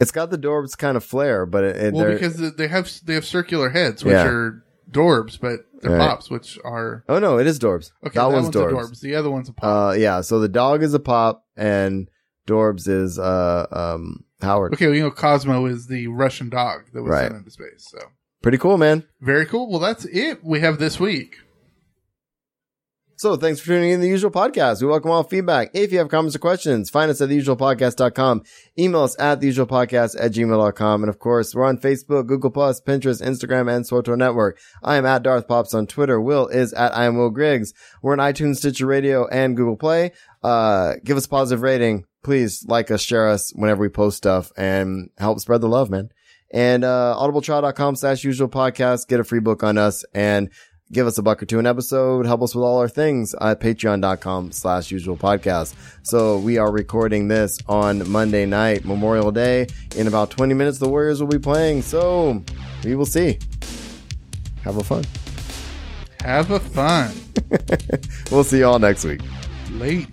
It's got the Dorbs kind of flair, but it, it- well they're, because they have they have circular heads, which Yeah. are Dorbs, but they're Right. pops, which are oh no, it is Dorbs. okay. that, one's, a Dorbs. The other one's a pop. Uh, yeah. So the dog is a pop and Dorbs is, uh, um, Howard. Okay, well, you know, Cosmo is the Russian dog that was Right. sent into space. So Pretty cool, man. Very cool. Well, that's it we have this week. So thanks for tuning in to the usual podcast. We welcome all feedback. If you have comments or questions, find us at theusualpodcast.com. Email us at theusualpodcast at gmail.com. And of course, we're on Facebook, Google Plus, Pinterest, Instagram, and Soto Network. I am at Darth Pops on Twitter. Will is at I am Will Griggs. We're on iTunes, Stitcher Radio, and Google Play. Uh, give us a positive rating. Please like us, share us whenever we post stuff and help spread the love, man. And, uh, audibletrial.com slash usual podcast. Get a free book on us and give us a buck or two an episode help us with all our things at patreon.com slash usual podcast so we are recording this on monday night memorial day in about 20 minutes the warriors will be playing so we will see have a fun Have a fun. we'll see y'all next week Late.